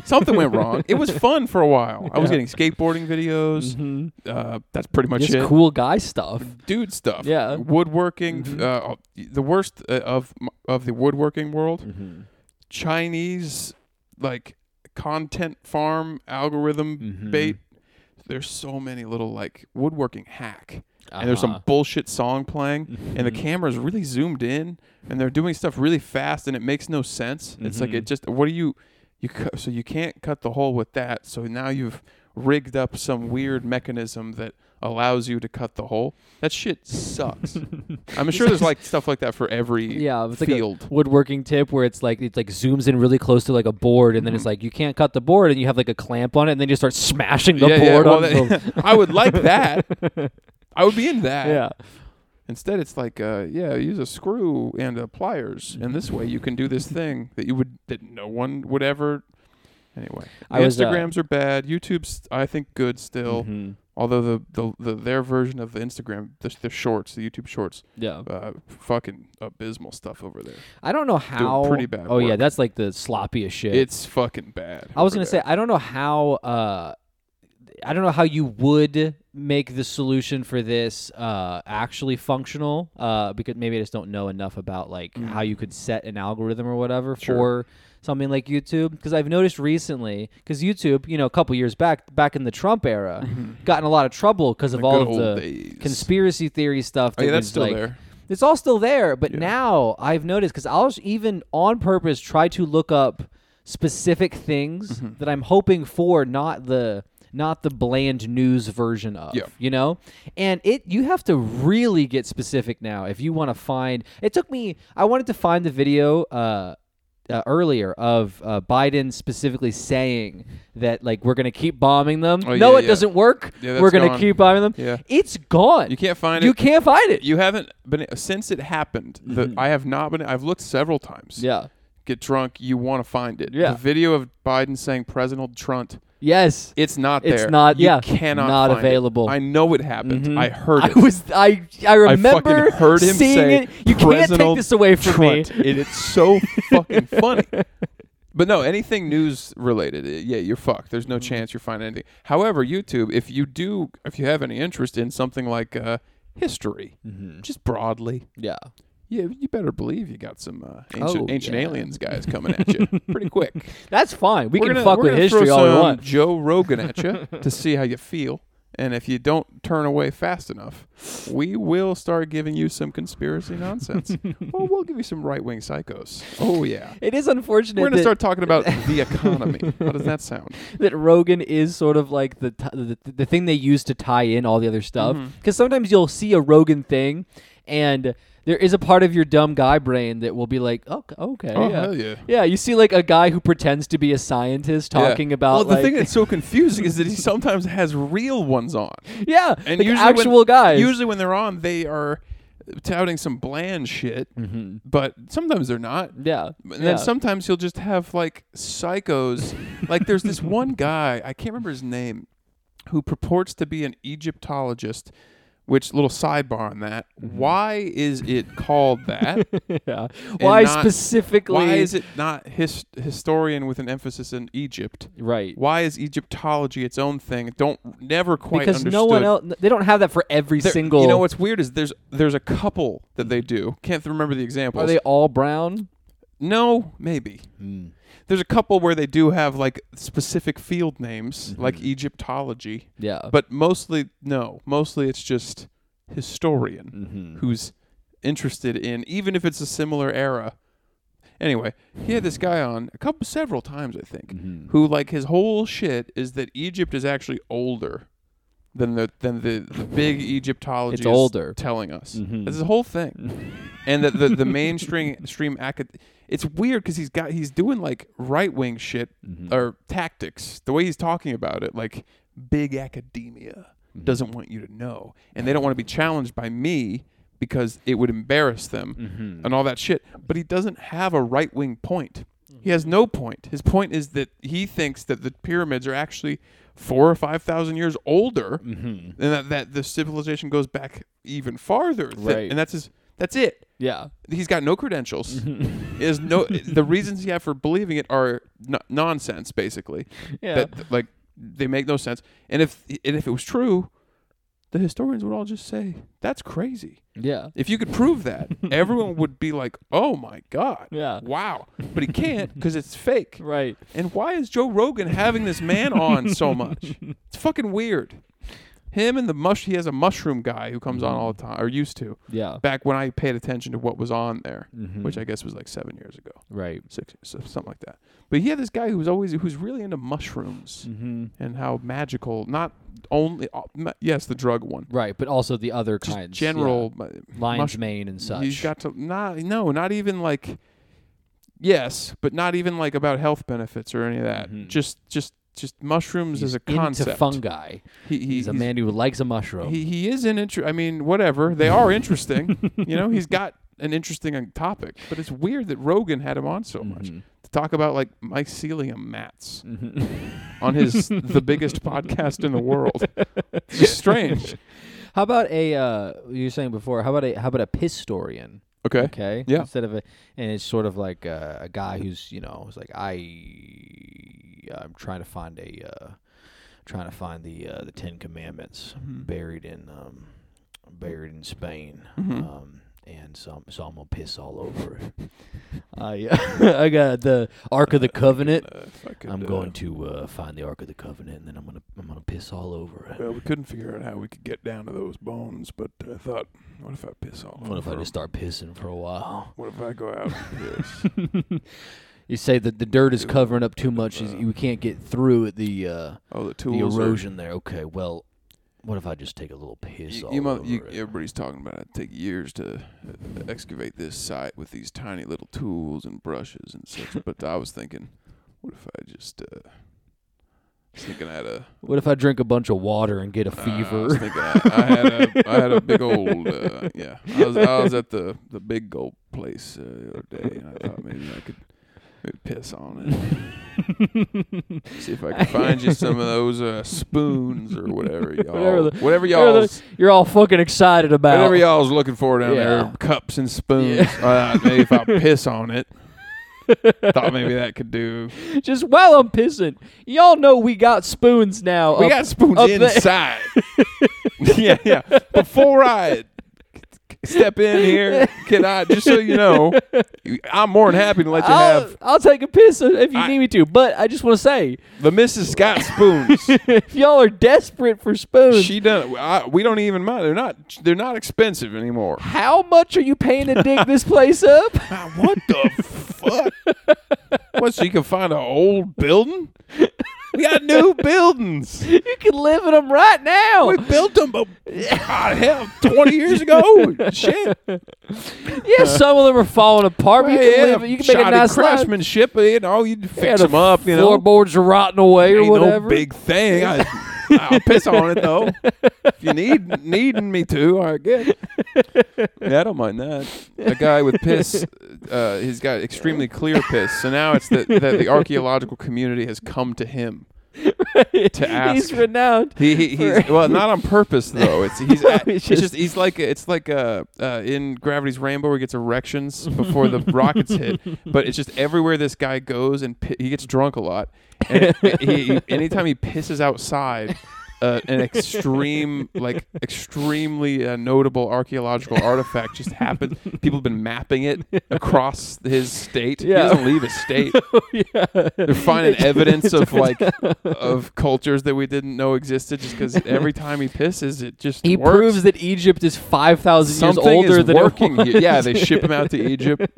Speaker 2: Something went wrong. It was fun for a while. I was
Speaker 1: Yeah.
Speaker 2: getting skateboarding videos. Uh, that's pretty much
Speaker 1: Mm-hmm. Just
Speaker 2: it.
Speaker 1: cool guy stuff.
Speaker 2: Dude stuff.
Speaker 1: Yeah.
Speaker 2: Woodworking. Uh, the worst uh, of m- of the woodworking world. Chinese like content farm algorithm
Speaker 1: Mm-hmm.
Speaker 2: bait. There's so many little like woodworking hack. And there's some
Speaker 1: Uh-huh.
Speaker 2: bullshit song playing, and the
Speaker 1: Mm-hmm.
Speaker 2: camera's really zoomed in, and they're doing stuff really fast, and it makes no sense. It's like it just what do you you cu- so you can't cut the hole with that, so now you've rigged up some weird mechanism that allows you to cut the hole. That shit sucks. I'm sure there's like stuff like that for every
Speaker 1: Yeah, it's like a
Speaker 2: field.
Speaker 1: woodworking tip where it's like it like zooms in really close to like a board, and then
Speaker 2: Mm-hmm.
Speaker 1: it's like you can't cut the board, and you have like a clamp on it, and then you start smashing the board
Speaker 2: well,
Speaker 1: on the.
Speaker 2: that- I would like that. I would be in that.
Speaker 1: yeah.
Speaker 2: Instead, it's like, uh, yeah, use a screw and uh, pliers, and this way you can do this thing that you would that no one would ever. Anyway,
Speaker 1: I was, uh, Mm-hmm.
Speaker 2: Instagrams are bad. YouTube's I think good still, although the, the the their version of the Instagram the, the shorts, the YouTube shorts,
Speaker 1: Yeah.
Speaker 2: uh, fucking abysmal stuff over there.
Speaker 1: I don't know how.
Speaker 2: pretty bad
Speaker 1: Oh yeah,
Speaker 2: work.
Speaker 1: that's like the sloppiest shit.
Speaker 2: It's fucking bad.
Speaker 1: I was
Speaker 2: over
Speaker 1: gonna
Speaker 2: there.
Speaker 1: say I don't know how. Uh, I don't know how you would make the solution for this uh, actually functional uh, because maybe I just don't know enough about like how you could set an algorithm or whatever
Speaker 2: Mm. Sure.
Speaker 1: for something like YouTube because I've noticed recently because YouTube you know a couple years back back in the Trump era got in a lot of trouble because of
Speaker 2: Mm-hmm. The
Speaker 1: all
Speaker 2: good
Speaker 1: of
Speaker 2: old
Speaker 1: the
Speaker 2: days.
Speaker 1: conspiracy theory stuff.
Speaker 2: Oh,
Speaker 1: that
Speaker 2: yeah, that's
Speaker 1: was,
Speaker 2: still
Speaker 1: like-
Speaker 2: there.
Speaker 1: It's all still there, but
Speaker 2: Yeah.
Speaker 1: now I've noticed because I'll s- even on purpose try to look up specific things
Speaker 2: Mm-hmm.
Speaker 1: that I'm hoping for, not the not the bland news version of
Speaker 2: Yeah.
Speaker 1: you know and it you have to really get specific now if you want to find it took me i wanted to find the video uh uh, earlier of uh, Biden specifically saying that like we're gonna keep bombing them.
Speaker 2: Oh,
Speaker 1: no,
Speaker 2: yeah,
Speaker 1: it
Speaker 2: yeah.
Speaker 1: doesn't work.
Speaker 2: Yeah, that's
Speaker 1: we're gonna
Speaker 2: gone.
Speaker 1: keep bombing them.
Speaker 2: Yeah.
Speaker 1: It's gone.
Speaker 2: You can't find
Speaker 1: You
Speaker 2: it.
Speaker 1: can't find it.
Speaker 2: You haven't been since it happened.
Speaker 1: Mm-hmm.
Speaker 2: The, I have not been. I've looked several times.
Speaker 1: yeah.
Speaker 2: get drunk, you want to find it.
Speaker 1: Yeah.
Speaker 2: The video of Biden saying President Trunt,
Speaker 1: Yes.
Speaker 2: it's not there.
Speaker 1: It's not-
Speaker 2: You
Speaker 1: yeah,
Speaker 2: cannot.
Speaker 1: not
Speaker 2: find it.
Speaker 1: available. Mm-hmm.
Speaker 2: I know it happened. I heard
Speaker 1: I
Speaker 2: it.
Speaker 1: was I I
Speaker 2: I
Speaker 1: remember
Speaker 2: fucking heard him
Speaker 1: seeing
Speaker 2: say,
Speaker 1: it. You can't take
Speaker 2: "President
Speaker 1: this away from
Speaker 2: Trunt.
Speaker 1: me.
Speaker 2: And it's so fucking funny. But no, anything news related, eh, yeah, you're fucked. There's
Speaker 1: Mm-hmm.
Speaker 2: no chance you're finding anything. However, YouTube, if you do, if you have any interest in something like uh, history,
Speaker 1: Mm-hmm.
Speaker 2: just broadly,
Speaker 1: Yeah.
Speaker 2: yeah, you better believe you got some uh,
Speaker 1: Oh,
Speaker 2: ancient, ancient
Speaker 1: yeah.
Speaker 2: aliens guys coming at you pretty quick.
Speaker 1: That's fine. We
Speaker 2: We're
Speaker 1: can
Speaker 2: gonna-
Speaker 1: fuck
Speaker 2: we're
Speaker 1: with
Speaker 2: gonna
Speaker 1: history
Speaker 2: throw
Speaker 1: all we
Speaker 2: some
Speaker 1: want.
Speaker 2: Joe Rogan at you to see how you feel. And if you don't turn away fast enough, we will start giving you some conspiracy nonsense. well, we'll give you some right wing psychos. Oh, yeah.
Speaker 1: It is unfortunate.
Speaker 2: We're going to
Speaker 1: that-
Speaker 2: start talking about the economy. How does that sound?
Speaker 1: that Rogan is sort of like the t- the, the thing they use to tie in all the other stuff.
Speaker 2: Mm-hmm.
Speaker 1: Because sometimes you'll see a Rogan thing, and there is a part of your dumb guy brain that will be like, oh, c- okay,
Speaker 2: Oh,
Speaker 1: yeah.
Speaker 2: hell yeah.
Speaker 1: you see like a guy who pretends to be a scientist
Speaker 2: Yeah.
Speaker 1: talking about
Speaker 2: Well, the
Speaker 1: like,
Speaker 2: thing that's so confusing is that he sometimes has real ones on.
Speaker 1: yeah,
Speaker 2: And
Speaker 1: like
Speaker 2: usually
Speaker 1: actual
Speaker 2: when,
Speaker 1: guys.
Speaker 2: Usually when they're on, they are touting some bland shit, but sometimes they're not.
Speaker 1: Mm-hmm. yeah,
Speaker 2: And
Speaker 1: yeah.
Speaker 2: then sometimes you'll just have like psychos. like there's this one guy, I can't remember his name, who purports to be an Egyptologist. Which little sidebar on that?
Speaker 1: Mm-hmm.
Speaker 2: Why is it called that?
Speaker 1: yeah. Why
Speaker 2: not-
Speaker 1: specifically?
Speaker 2: Why is it not his, historian with an emphasis in Egypt?
Speaker 1: right?
Speaker 2: Why is Egyptology its own thing? Don't never quite
Speaker 1: because
Speaker 2: understood.
Speaker 1: no one else. They don't have that for every
Speaker 2: There-
Speaker 1: single.
Speaker 2: You know what's weird is there's there's a couple that they do. Can't remember the examples.
Speaker 1: Are they all brown?
Speaker 2: No, maybe. There's a couple where they do have like specific field names,
Speaker 1: Mm-hmm.
Speaker 2: like Egyptology,
Speaker 1: Yeah.
Speaker 2: but mostly no. Mostly it's just historian
Speaker 1: Mm-hmm.
Speaker 2: who's interested in, even if it's a similar era. Anyway, he had this guy on a couple, several times I think,
Speaker 1: Mm-hmm.
Speaker 2: who like his whole shit is that Egypt is actually older than the than the, the big Egyptology
Speaker 1: It's
Speaker 2: is
Speaker 1: older. Mm-hmm.
Speaker 2: telling us.
Speaker 1: Mm.
Speaker 2: That's his whole thing, and that the the mainstream stream acad- It's weird because he's got he's doing like right wing shit
Speaker 1: Mm. Mm-hmm.
Speaker 2: or tactics. The way he's talking about it, like big academia doesn't want you to know, and they don't want to be challenged by me because it would embarrass them
Speaker 1: Mm-hmm. Mm.
Speaker 2: and all that shit. But he doesn't have a right wing point. He has no point. His point is that he thinks that the pyramids are actually four or five thousand years older,
Speaker 1: Mm-hmm.
Speaker 2: and that, that the civilization goes back even farther. Th-
Speaker 1: Right. Mm-hmm.
Speaker 2: And that's his. That's it.
Speaker 1: yeah.
Speaker 2: He's got no credentials. Is no the reasons he have for believing it are n- nonsense, basically.
Speaker 1: Yeah.
Speaker 2: That like they make no sense. And if and if it was true, the historians would all just say that's crazy.
Speaker 1: Yeah.
Speaker 2: If you could prove that, everyone would be like, "Oh my god,
Speaker 1: Yeah.
Speaker 2: wow!" But he can't because it's fake.
Speaker 1: Right.
Speaker 2: And why is Joe Rogan having this man on so much? It's fucking weird. Him and the mush, he has a mushroom guy who comes on all the time, or used to.
Speaker 1: Yeah.
Speaker 2: Back when I paid attention to what was on there,
Speaker 1: Mm-hmm.
Speaker 2: which I guess was like seven years ago,
Speaker 1: Right.
Speaker 2: six, so- something like that. But he had this guy who was always who's really into
Speaker 1: Mm.
Speaker 2: mushrooms and how magical, not only uh, ma- yes, the drug one,
Speaker 1: Right, but also the other
Speaker 2: just
Speaker 1: kinds. yeah.
Speaker 2: general mu-
Speaker 1: lion's
Speaker 2: mush-
Speaker 1: mane and such.
Speaker 2: He's got to not no, not even like yes, but not even like about health benefits or any of that.
Speaker 3: Mhm.
Speaker 2: Just just just mushrooms
Speaker 1: Mm-hmm. He's
Speaker 2: as a
Speaker 1: into
Speaker 2: concept.
Speaker 1: fungi.
Speaker 2: He, he-
Speaker 1: he's a man who likes a mushroom.
Speaker 2: He he is an interest. I mean, whatever they are interesting. you know, he's got an interesting uh, topic, but it's weird that Rogan had him on so much
Speaker 1: Mm-hmm.
Speaker 2: to talk about like mycelium mats on his the biggest podcast in the world. It's just strange.
Speaker 1: how about a uh, you were saying before? How about a how about a historian?
Speaker 2: Okay.
Speaker 1: Okay.
Speaker 2: Yeah.
Speaker 1: Instead of a, and it's sort of like a, a guy who's you know is like I, I'm trying to find a, uh, trying to find the uh, the Ten Commandments
Speaker 2: Mm-hmm.
Speaker 1: buried in um, buried in Spain.
Speaker 2: Hmm.
Speaker 1: Um, and so, so I'm gonna piss all over it. I I got the Ark of the Covenant.
Speaker 2: Uh, fucking,
Speaker 3: I'm
Speaker 2: uh,
Speaker 3: going to uh, find the Ark of the Covenant, and then I'm gonna I'm gonna piss all over it.
Speaker 2: Well, we couldn't figure out how we could get down to those bones, but I thought, what if I piss all
Speaker 3: What if I
Speaker 2: over
Speaker 3: just
Speaker 2: 'em?
Speaker 3: start pissing for a while?
Speaker 2: What if I go out and piss?
Speaker 3: You say that the dirt is
Speaker 2: Dude,
Speaker 3: covering up too much;
Speaker 2: uh,
Speaker 3: you can't get through it. The uh,
Speaker 2: Oh, the
Speaker 3: the
Speaker 2: tools. are-
Speaker 3: erosion there. Okay, well, what if I just take a little piss
Speaker 2: You,
Speaker 3: all
Speaker 2: you mu-
Speaker 3: over
Speaker 2: you-
Speaker 3: it?
Speaker 2: everybody's talking about it. Take years to uh, excavate this site with these tiny little tools and brushes and such. but I was thinking, what if I just? Uh, I was thinking I had a
Speaker 3: What if I drink a bunch of water and get a
Speaker 2: uh, I
Speaker 3: fever?
Speaker 2: was thinking I, I had a I had a big old uh, yeah. I was I was at the the big gold place uh, the other day, and I thought maybe I could maybe piss on it. See if I can find you some of those uh, spoons or whatever
Speaker 1: Whatever
Speaker 2: y'all, whatever,
Speaker 1: the- whatever the-
Speaker 2: y'all's,
Speaker 1: You're all fucking excited about.
Speaker 2: whatever y'all's looking for down
Speaker 1: Yeah.
Speaker 2: there, cups and spoons. Uh, maybe if I piss on it, thought maybe that could do.
Speaker 1: Just while I'm pissing, y'all know we got spoons now.
Speaker 2: We
Speaker 1: up-
Speaker 2: got spoons
Speaker 1: up there.
Speaker 2: inside. yeah, yeah. Before I step in here. Can I? Just so you know, I'm more than happy to let you
Speaker 1: I'll,
Speaker 2: have.
Speaker 1: I'll take a piss if you
Speaker 2: I-
Speaker 1: need me to. But I just want to say,
Speaker 2: The Mrs. Scott spoons.
Speaker 1: if y'all are desperate for spoons,
Speaker 2: she done. I, we don't even mind. They're not. They're not expensive anymore.
Speaker 1: how much are you paying to dig this place up?
Speaker 2: Ah, What the fuck? What? So you can find an old building? We got new buildings.
Speaker 1: You can live in them right now.
Speaker 2: We built them, but God, hell, twenty years ago. Shit.
Speaker 1: yeah, some of them are falling apart. But you
Speaker 2: Yeah,
Speaker 1: can live. You can make a
Speaker 2: shoddy
Speaker 1: nice life.
Speaker 2: craftsmanship. You know, you
Speaker 1: Yeah,
Speaker 2: fix
Speaker 1: the
Speaker 2: them up. You know,
Speaker 1: floorboards are rotting away or
Speaker 2: ain't
Speaker 1: whatever.
Speaker 2: no big thing. I, I'll piss on it though. If you need needing me to, I get. Yeah, I don't mind that. A guy with piss, uh, he's got extremely clear piss. So now it's that, that the archaeological community has come to him. to
Speaker 1: He's
Speaker 2: ask.
Speaker 1: renowned.
Speaker 2: He, he he's
Speaker 1: Right.
Speaker 2: well, not on purpose though. It's he's
Speaker 1: No,
Speaker 2: it's,
Speaker 1: it's
Speaker 2: just,
Speaker 1: just-
Speaker 2: he's like it's like uh, uh in Gravity's Rainbow where he gets erections before the rockets hit. But it's just everywhere this guy goes and pi- he gets drunk a lot. And it- he, anytime he pisses outside. Uh, an extreme, like extremely uh, notable archaeological artifact just happened. People have been mapping it across his state. He
Speaker 1: Yeah.
Speaker 2: doesn't leave his state.
Speaker 1: yeah.
Speaker 2: They're finding evidence of like of cultures that we didn't know existed just because every time he pisses, it just
Speaker 1: He
Speaker 2: works.
Speaker 1: proves that Egypt is five thousand years
Speaker 2: something
Speaker 1: older
Speaker 2: is
Speaker 1: than it
Speaker 2: working.
Speaker 1: was.
Speaker 2: here. Yeah, they ship him out to Egypt.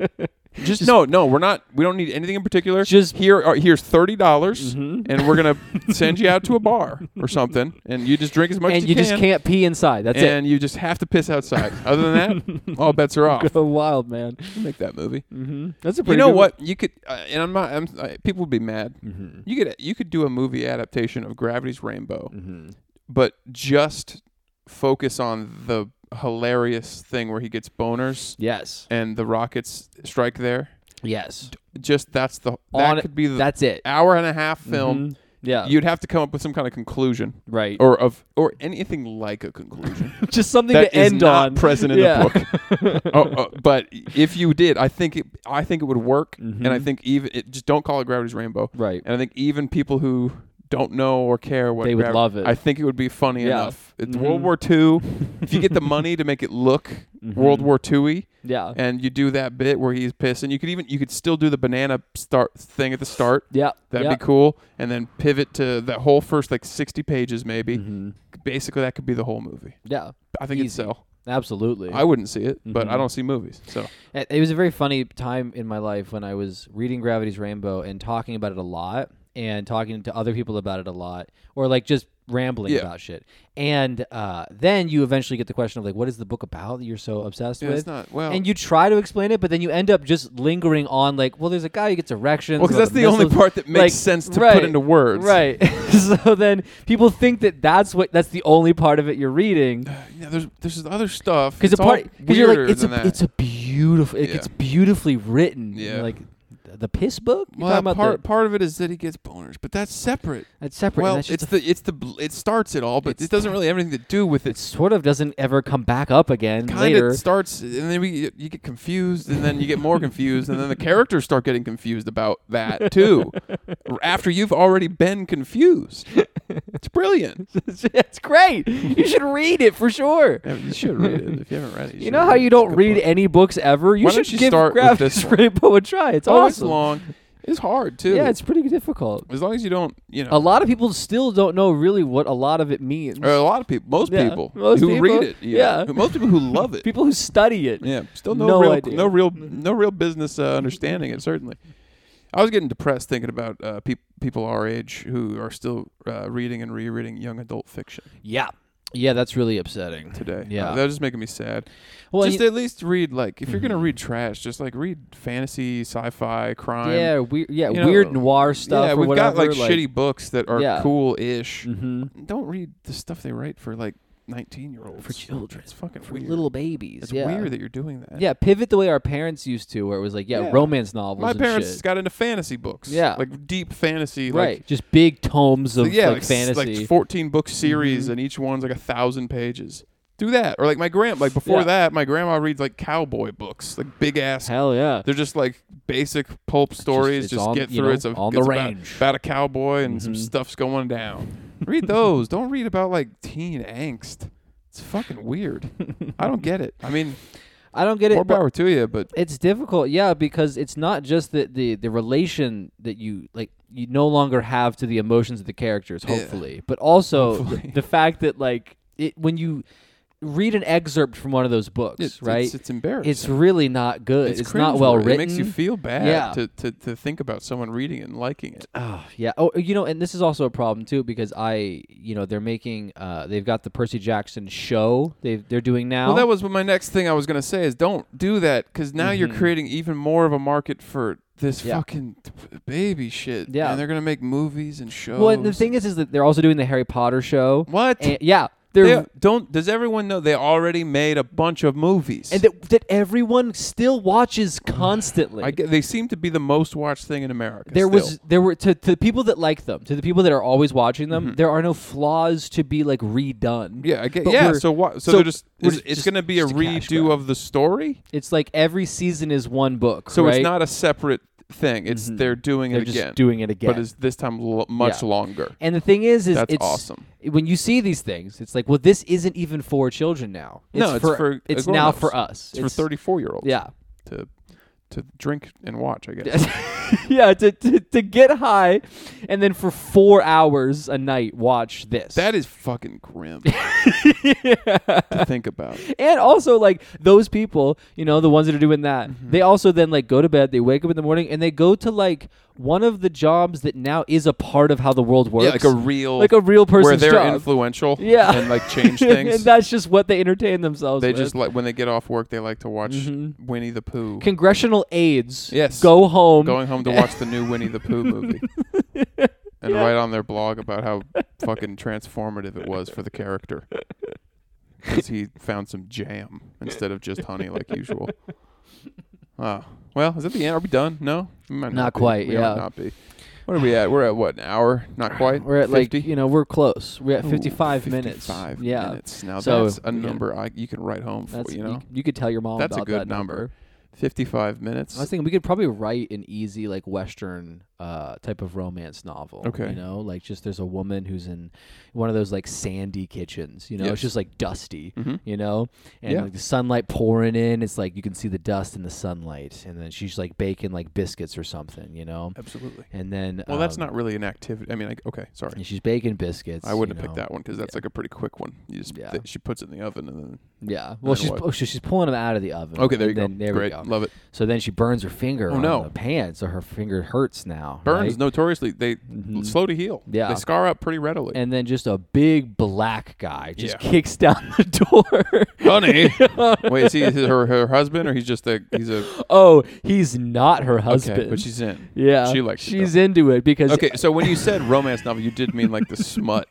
Speaker 2: Just, no, no, we're not. We don't need anything in particular.
Speaker 1: Just- Mm-hmm.
Speaker 2: here, are, here's thirty dollars, and we're gonna send you out to a bar or something, and you just drink as much
Speaker 1: and
Speaker 2: as
Speaker 1: you just can't pee inside. That's it.
Speaker 2: and you just have to piss outside. Other than that, all bets are off.
Speaker 1: Go wild, man.
Speaker 2: Make that movie.
Speaker 1: Mm-hmm. That's a
Speaker 2: You
Speaker 1: pretty.
Speaker 2: know
Speaker 1: good
Speaker 2: what? You could, uh, and I'm not. I'm, uh, people would be mad.
Speaker 1: Mm-hmm.
Speaker 2: You could you could do a movie adaptation of Gravity's Rainbow,
Speaker 1: Mm-hmm.
Speaker 2: but just focus on the hilarious thing where he gets boners
Speaker 1: Yes.
Speaker 2: and the rockets strike there.
Speaker 1: Yes.
Speaker 2: Just that's the that
Speaker 1: On-
Speaker 2: could be the
Speaker 1: That's it.
Speaker 2: hour and uh, a half film.
Speaker 1: Mhm. Yeah.
Speaker 2: You'd have to come up with some kind of conclusion
Speaker 1: right.
Speaker 2: or of or anything like a conclusion
Speaker 1: Just something
Speaker 2: that
Speaker 1: to
Speaker 2: is
Speaker 1: end
Speaker 2: not
Speaker 1: on.
Speaker 2: present in
Speaker 1: Yeah.
Speaker 2: the book. oh, oh, but if you did, I think it, I think it would work, and I think even it, just don't call it Gravity's Rainbow.
Speaker 1: Mm-hmm. Right.
Speaker 2: And I think even people who don't know or care what
Speaker 1: They would
Speaker 2: gravi-
Speaker 1: love it.
Speaker 2: I think it would be funny
Speaker 1: Yeah.
Speaker 2: enough. It's
Speaker 1: Mhm.
Speaker 2: World War II. if you get the money to make it look World War II-y,
Speaker 1: Mm-hmm. Yeah.
Speaker 2: and you do that bit where he's pissing, you could even you could still do the banana start thing at the start.
Speaker 1: Yeah.
Speaker 2: That'd
Speaker 1: yeah.
Speaker 2: be cool, and then pivot to that whole first like sixty pages maybe. Basically, that could be the whole movie.
Speaker 1: Mm-hmm. Yeah.
Speaker 2: I think it'd
Speaker 1: Mm. Easy.
Speaker 2: sell.
Speaker 1: Absolutely.
Speaker 2: I wouldn't see it, but I
Speaker 1: Mhm.
Speaker 2: don't see movies. So
Speaker 1: It it was a very funny time in my life when I was reading Gravity's Rainbow and talking about it a lot and talking to other people about it a lot or like just rambling
Speaker 2: Yeah.
Speaker 1: about shit. And uh, then you eventually get the question of like, what is the book about that you're so obsessed
Speaker 2: yeah,
Speaker 1: with?
Speaker 2: it's not well.
Speaker 1: and you try to explain it, but then you end up just lingering on like, well, there's a guy who gets erections.
Speaker 2: well, because
Speaker 1: about
Speaker 2: that's the only
Speaker 1: missiles.
Speaker 2: part that makes
Speaker 1: Like,
Speaker 2: sense to
Speaker 1: right,
Speaker 2: put into words.
Speaker 1: Right. so then people think that that's what that's the only part of it you're reading.
Speaker 2: Yeah, there's there's this other stuff.
Speaker 1: because
Speaker 2: It's
Speaker 1: the part
Speaker 2: all
Speaker 1: because you're
Speaker 2: weirder
Speaker 1: like it's a
Speaker 2: than that.
Speaker 1: it's a beautiful it
Speaker 2: Yeah.
Speaker 1: gets beautifully written And you're
Speaker 2: Yeah.
Speaker 1: like th- the piss book you're
Speaker 2: well,
Speaker 1: talking about
Speaker 2: part
Speaker 1: the,
Speaker 2: part of it is that he gets boners, but that's separate.
Speaker 1: that's separate
Speaker 2: well,
Speaker 1: and that's just
Speaker 2: it's
Speaker 1: a-
Speaker 2: the it's the bl- it starts it all, but
Speaker 1: It's
Speaker 2: it doesn't really have anything to do with
Speaker 1: it
Speaker 2: it.
Speaker 1: sort of doesn't ever come back up again
Speaker 2: Kind
Speaker 1: later
Speaker 2: of starts, and then we you get confused, and then you get more confused, and then the characters start getting confused about that too. r- after you've already been confused, it's brilliant.
Speaker 1: it's great you should read it for sure
Speaker 2: Yeah, you should read it if you haven't read it.
Speaker 1: you know how you don't read any books ever you
Speaker 2: Why don't
Speaker 1: should
Speaker 2: you
Speaker 1: give
Speaker 2: start with
Speaker 1: Gravity's
Speaker 2: this one? Oh,
Speaker 1: Rainbow a try Oh, it's
Speaker 2: It's always
Speaker 1: awesome
Speaker 2: long. It's hard too.
Speaker 1: yeah it's pretty difficult
Speaker 2: as long as you don't, you know.
Speaker 1: a lot of people still don't know really what a lot of it means
Speaker 2: Or a lot of people, most
Speaker 1: Yeah,
Speaker 2: people
Speaker 1: most
Speaker 2: who
Speaker 1: people,
Speaker 2: read it, you know,
Speaker 1: yeah.
Speaker 2: who- most people who love it,
Speaker 1: people who study it
Speaker 2: yeah, still no,
Speaker 1: No
Speaker 2: real,
Speaker 1: idea.
Speaker 2: no real, no real business uh, understanding it. Certainly, I was getting depressed thinking about uh, peop people our age who are still uh, reading and rereading young adult fiction
Speaker 1: yeah yeah that's really upsetting
Speaker 2: today.
Speaker 1: Yeah.
Speaker 2: Uh, that was just making me sad.
Speaker 1: well and
Speaker 2: just
Speaker 1: you- Mm-hmm.
Speaker 2: at least read like if you're gonna read trash, just like read fantasy, sci-fi, crime.
Speaker 1: yeah, we, yeah,
Speaker 2: you know,
Speaker 1: weird noir stuff.
Speaker 2: yeah.
Speaker 1: or
Speaker 2: We've
Speaker 1: whatever,
Speaker 2: got like, Mm-hmm. shitty books that are
Speaker 1: Yeah.
Speaker 2: cool-ish.
Speaker 1: hmm
Speaker 2: Don't read the stuff they write for like 19-year-olds
Speaker 1: For children,
Speaker 2: It's fucking
Speaker 1: for
Speaker 2: weird.
Speaker 1: little babies.
Speaker 2: It's
Speaker 1: yeah.
Speaker 2: weird that you're doing that.
Speaker 1: yeah, pivot the way our parents used to, where it was like, yeah,
Speaker 2: Yeah.
Speaker 1: romance novels.
Speaker 2: My
Speaker 1: and
Speaker 2: parents
Speaker 1: shit.
Speaker 2: got into fantasy books.
Speaker 1: Yeah.
Speaker 2: Like deep fantasy.
Speaker 1: right, just big tomes
Speaker 2: Like,
Speaker 1: of
Speaker 2: yeah,
Speaker 1: like,
Speaker 2: s-
Speaker 1: fantasy.
Speaker 2: Like 14 book series,
Speaker 1: Mhm.
Speaker 2: and each one's like a thousand pages. Do that. Or like my grand, like before
Speaker 1: Yeah.
Speaker 2: that, my grandma reads like cowboy books, like big ass.
Speaker 1: Hell yeah,
Speaker 2: They're just like basic pulp stories.
Speaker 1: it's
Speaker 2: Just,
Speaker 1: on-
Speaker 2: get
Speaker 1: you
Speaker 2: through.
Speaker 1: know,
Speaker 2: it's a,
Speaker 1: on
Speaker 2: it's
Speaker 1: the
Speaker 2: about-
Speaker 1: range.
Speaker 2: About, a cowboy and some
Speaker 1: Mhm.
Speaker 2: stuff's going down. read those. Don't read about like teen angst. It's fucking weird. I don't get it. I mean,
Speaker 1: I don't get it.
Speaker 2: more
Speaker 1: but-
Speaker 2: power to you, but
Speaker 1: It's difficult, yeah, because it's not just the, the the relation that you like you no longer have to the emotions of the characters, hopefully, but also
Speaker 2: Hopefully.
Speaker 1: the fact that like it when you read an excerpt from one of those books,
Speaker 2: it's,
Speaker 1: right?
Speaker 2: it's,
Speaker 1: It's,
Speaker 2: it's embarrassing.
Speaker 1: really not good. It's, not well
Speaker 2: cringeworthy.
Speaker 1: written.
Speaker 2: It makes you feel bad
Speaker 1: Yeah.
Speaker 2: to, to, to think about someone reading it and liking it.
Speaker 1: Oh yeah. Oh, you know, and this is also a problem too because I, you know, they're making uh they've got the Percy Jackson show they they're doing now.
Speaker 2: Well, that was what my next thing I was going to say is don't do that because now you're
Speaker 1: Mhm.
Speaker 2: creating even more of a market for this
Speaker 1: Yeah.
Speaker 2: fucking t- baby shit.
Speaker 1: Yeah.
Speaker 2: And they're going to make movies and shows.
Speaker 1: well, and the thing is, is that they're also doing the Harry Potter show.
Speaker 2: What?
Speaker 1: And, yeah,
Speaker 2: They-
Speaker 1: they're
Speaker 2: don't does everyone know they already made a bunch of movies?
Speaker 1: and that, that everyone still watches constantly.
Speaker 2: I get, they seem to be the most watched thing in America.
Speaker 1: there
Speaker 2: still.
Speaker 1: was there were to, to the people that like them, to the people that are always watching them, there are no flaws to be like redone.
Speaker 2: Mm-hmm. yeah, I get,
Speaker 1: but
Speaker 2: yeah.
Speaker 1: we're-
Speaker 2: So what?
Speaker 1: so
Speaker 2: So, they're just
Speaker 1: we're
Speaker 2: it's,
Speaker 1: just-
Speaker 2: it's going to be a
Speaker 1: just a cash
Speaker 2: redo
Speaker 1: grab.
Speaker 2: of the story.
Speaker 1: It's like every season is one book.
Speaker 2: So
Speaker 1: right?
Speaker 2: it's not a separate thing. It's
Speaker 1: Mhm.
Speaker 2: they're doing
Speaker 1: they're
Speaker 2: it
Speaker 1: just
Speaker 2: again,
Speaker 1: doing it again.
Speaker 2: but it's this time lo- much
Speaker 1: Yeah.
Speaker 2: longer.
Speaker 1: and the thing is, is
Speaker 2: That's
Speaker 1: it's
Speaker 2: awesome.
Speaker 1: When you see these things, it's like, well, this isn't even for children now. It's
Speaker 2: No, it's
Speaker 1: for,
Speaker 2: for, uh,
Speaker 1: it's now
Speaker 2: grown-ups.
Speaker 1: for us.
Speaker 2: It's, for thirty-four year olds.
Speaker 1: Yeah,
Speaker 2: to to drink and watch. I guess.
Speaker 1: yeah, to, to to get high, and then for four hours a night watch this.
Speaker 2: That is fucking grim to think about.
Speaker 1: And also, like those people, you know, the ones that are doing that,
Speaker 2: Mm-hmm.
Speaker 1: they also then like go to bed, they wake up in the morning, and they go to like one of the jobs that now is a part of how the world works,
Speaker 2: Yeah, like a real,
Speaker 1: like a real person's
Speaker 2: where they're
Speaker 1: job.
Speaker 2: influential.
Speaker 1: yeah,
Speaker 2: and like change
Speaker 1: and
Speaker 2: things.
Speaker 1: that's just what they entertain themselves.
Speaker 2: they
Speaker 1: with.
Speaker 2: just like when they get off work, they like to watch
Speaker 1: Mhm.
Speaker 2: Winnie the Pooh.
Speaker 1: congressional aides.
Speaker 2: Yes.
Speaker 1: go home.
Speaker 2: going home to watch the new Winnie the Pooh movie. And
Speaker 1: Yeah.
Speaker 2: write on their blog about how fucking transformative it was for the character. Because he found some jam instead of just honey like usual. Oh. Well, is that the end? Are we done? No? We might
Speaker 1: Not
Speaker 2: be.
Speaker 1: quite,
Speaker 2: We
Speaker 1: yeah.
Speaker 2: might not be. What are we at? We're at what, an hour? Not quite?
Speaker 1: We're at
Speaker 2: 50?
Speaker 1: like you know we're close. We're at
Speaker 2: Ooh,
Speaker 1: 55, minutes.
Speaker 2: 55
Speaker 1: yeah,
Speaker 2: minutes. Now
Speaker 1: So,
Speaker 2: that's a
Speaker 1: yeah.
Speaker 2: number I, you can write home for,
Speaker 1: that's
Speaker 2: you know?
Speaker 1: you could tell your mom.
Speaker 2: That's a
Speaker 1: about
Speaker 2: good
Speaker 1: that
Speaker 2: number. 55 minutes.
Speaker 1: I was thinking we could probably write an easy like Western uh, type of romance novel.
Speaker 2: Okay.
Speaker 1: you know, like just there's a woman who's in one of those like sandy kitchens. You know,
Speaker 2: Yes.
Speaker 1: it's just like dusty.
Speaker 2: Mhm.
Speaker 1: You know, and
Speaker 2: Yeah.
Speaker 1: like the sunlight pouring in, it's like you can see the dust in the sunlight, and then she's like baking like biscuits or something. You know,
Speaker 2: Absolutely.
Speaker 1: and then
Speaker 2: Well, that's
Speaker 1: um,
Speaker 2: not really an activity. I mean, like, okay, sorry.
Speaker 1: And she's baking biscuits.
Speaker 2: I wouldn't
Speaker 1: you
Speaker 2: have picked
Speaker 1: know.
Speaker 2: that one because that's like a pretty quick one. You just
Speaker 1: Yeah.
Speaker 2: th- she puts it in the oven and then
Speaker 1: Yeah. Well,
Speaker 2: Then
Speaker 1: she's
Speaker 2: what?
Speaker 1: oh, she's pulling them out of the oven.
Speaker 2: okay, there you
Speaker 1: and then,
Speaker 2: go.
Speaker 1: There
Speaker 2: Great,
Speaker 1: we go.
Speaker 2: love it.
Speaker 1: So then she burns her finger
Speaker 2: Oh,
Speaker 1: on
Speaker 2: no.
Speaker 1: the pan, so her finger hurts now.
Speaker 2: Burns
Speaker 1: right?
Speaker 2: notoriously they
Speaker 1: Mhm.
Speaker 2: slow to heal.
Speaker 1: Yeah.
Speaker 2: they scar up pretty readily.
Speaker 1: And then just a big black guy just
Speaker 2: Yeah.
Speaker 1: kicks down the door.
Speaker 2: Honey, wait, is he is he her her husband or he's just a he's a
Speaker 1: oh, he's not her husband.
Speaker 2: okay, but she's in.
Speaker 1: yeah,
Speaker 2: she likes it, though.
Speaker 1: She's into it because
Speaker 2: Okay, so when you said romance novel, you did mean like the smut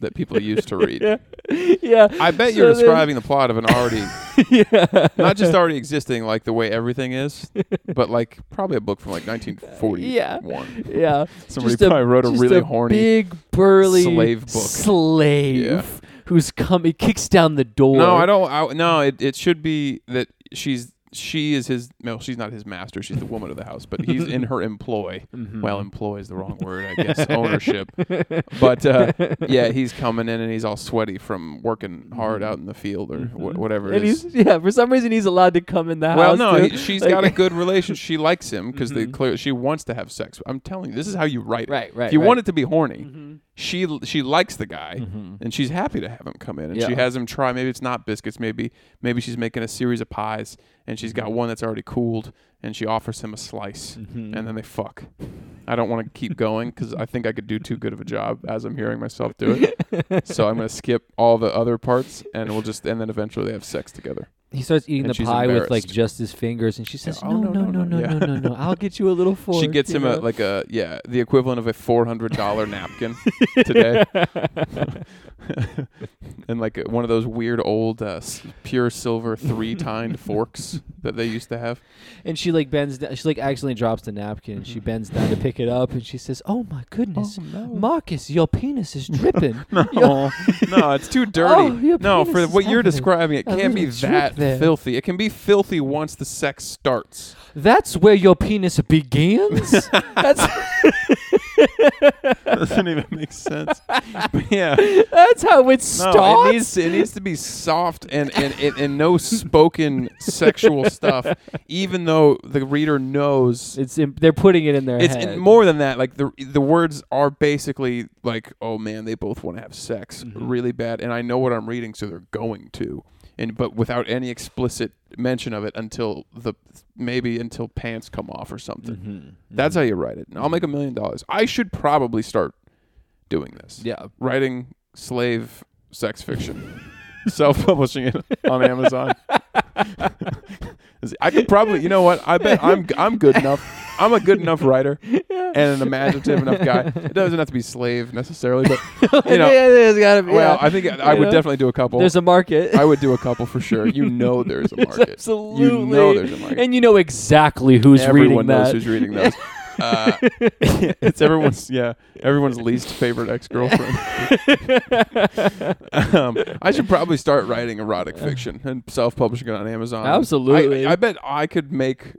Speaker 2: that people used to read.
Speaker 1: yeah.
Speaker 2: I bet you're
Speaker 1: So then-
Speaker 2: describing the plot of an already
Speaker 1: yeah.
Speaker 2: not just already existing like the way everything is, but like probably a book from like 1941.
Speaker 1: Yeah,
Speaker 2: Somebody
Speaker 1: Just a-
Speaker 2: probably wrote a
Speaker 1: just
Speaker 2: really horny
Speaker 1: big burly
Speaker 2: slave book.
Speaker 1: slave
Speaker 2: Yeah.
Speaker 1: who's come. He kicks down the door.
Speaker 2: No, I don't. I, no, it, it should be that she's she is his. No, she's not his master. She's the woman of the house, but he's in her employ.
Speaker 1: Mm-hmm.
Speaker 2: Well,
Speaker 1: Hmm.
Speaker 2: employ is the wrong word, I guess. ownership. But uh, yeah, he's coming in and he's all sweaty from working hard out in the field or wh- whatever.
Speaker 1: Mm-hmm. And
Speaker 2: it is.
Speaker 1: he's yeah. For some reason, he's allowed to come in the
Speaker 2: well,
Speaker 1: house.
Speaker 2: no,
Speaker 1: too.
Speaker 2: he, she's
Speaker 1: Like- Mm-hmm.
Speaker 2: got a good relationship. She likes him because clear she wants to have sex. I'm telling you, this is how you write it.
Speaker 1: Right, right,
Speaker 2: If you
Speaker 1: right. Mm. Mm-hmm.
Speaker 2: want it to be horny, she she likes the guy, and she's happy to have him come in, and she
Speaker 1: Yeah.
Speaker 2: has him try. Maybe it's not biscuits. Maybe maybe she's making a series of pies, and she's got one that's already cooled, and she offers him a slice, and then
Speaker 1: Mm-hmm.
Speaker 2: they fuck. I don't want to keep going because I think I could do too good of a job as I'm hearing myself do it. so I'm going to skip all the other parts, and we'll just and then eventually they have sex together.
Speaker 1: He starts eating
Speaker 2: And
Speaker 1: the
Speaker 2: she's
Speaker 1: pie with like
Speaker 2: embarrassed.
Speaker 1: just his fingers, and she says,
Speaker 2: oh,
Speaker 1: "No,
Speaker 2: no,
Speaker 1: no, no,
Speaker 2: no, no,
Speaker 1: no,
Speaker 2: yeah."
Speaker 1: no, no, no. I'll get you a little fork."
Speaker 2: she gets
Speaker 1: you
Speaker 2: him
Speaker 1: know?
Speaker 2: a like a yeah the equivalent of a four hundred dollar napkin today, and like a- one of those weird old uh, s- pure silver three tined forks that they used to have.
Speaker 1: And she like bends down. She like accidentally drops the napkin. and She bends down to pick it up, and she says, "Oh my goodness,
Speaker 2: Mm-hmm. no.
Speaker 1: Marcus, your penis is dripping."
Speaker 2: No, no, it's too
Speaker 1: Oh,
Speaker 2: dirty.
Speaker 1: your
Speaker 2: no, for
Speaker 1: penis
Speaker 2: what
Speaker 1: is
Speaker 2: you're
Speaker 1: having
Speaker 2: describing, it
Speaker 1: a
Speaker 2: can't be
Speaker 1: little drip
Speaker 2: that
Speaker 1: there.
Speaker 2: filthy. It can be filthy once the sex starts.
Speaker 1: That's where your penis begins. that's
Speaker 2: Doesn't even make sense. But yeah,
Speaker 1: that's how it
Speaker 2: no,
Speaker 1: starts.
Speaker 2: it needs to, it needs to be soft and and, and, and no spoken sexual stuff, even though the reader knows.
Speaker 1: It's in, they're putting it in their
Speaker 2: It's
Speaker 1: head.
Speaker 2: and more than that. Like the the words are basically like, oh man, they both want to have sex
Speaker 1: Mm-hmm.
Speaker 2: really bad, and I know what I'm reading, so they're going to. And but without any explicit mention of it until the maybe until pants come off or something.
Speaker 1: Mm-hmm.
Speaker 2: That's how you write it. And I'll make a million dollars. I should probably start doing this.
Speaker 1: yeah.
Speaker 2: Writing slave sex fiction. Self publishing it on Amazon. I could probably you know what? I bet I'm I'm good enough. I'm a good enough writer and an imaginative enough guy. It doesn't have to be slave necessarily, but you know
Speaker 1: there's gotta be.
Speaker 2: well,
Speaker 1: yeah.
Speaker 2: I think I
Speaker 1: You
Speaker 2: would
Speaker 1: know?
Speaker 2: definitely do a couple.
Speaker 1: there's a market.
Speaker 2: I would do a couple for sure. You know there's a market.
Speaker 1: Absolutely.
Speaker 2: You know there's a market.
Speaker 1: And you know exactly who's
Speaker 2: everyone
Speaker 1: reading
Speaker 2: knows
Speaker 1: that.
Speaker 2: who's reading those. uh, it's everyone's yeah, everyone's least favorite ex girlfriend. um, I should probably start writing erotic fiction and self publishing it on Amazon.
Speaker 1: Absolutely.
Speaker 2: I, I bet I could make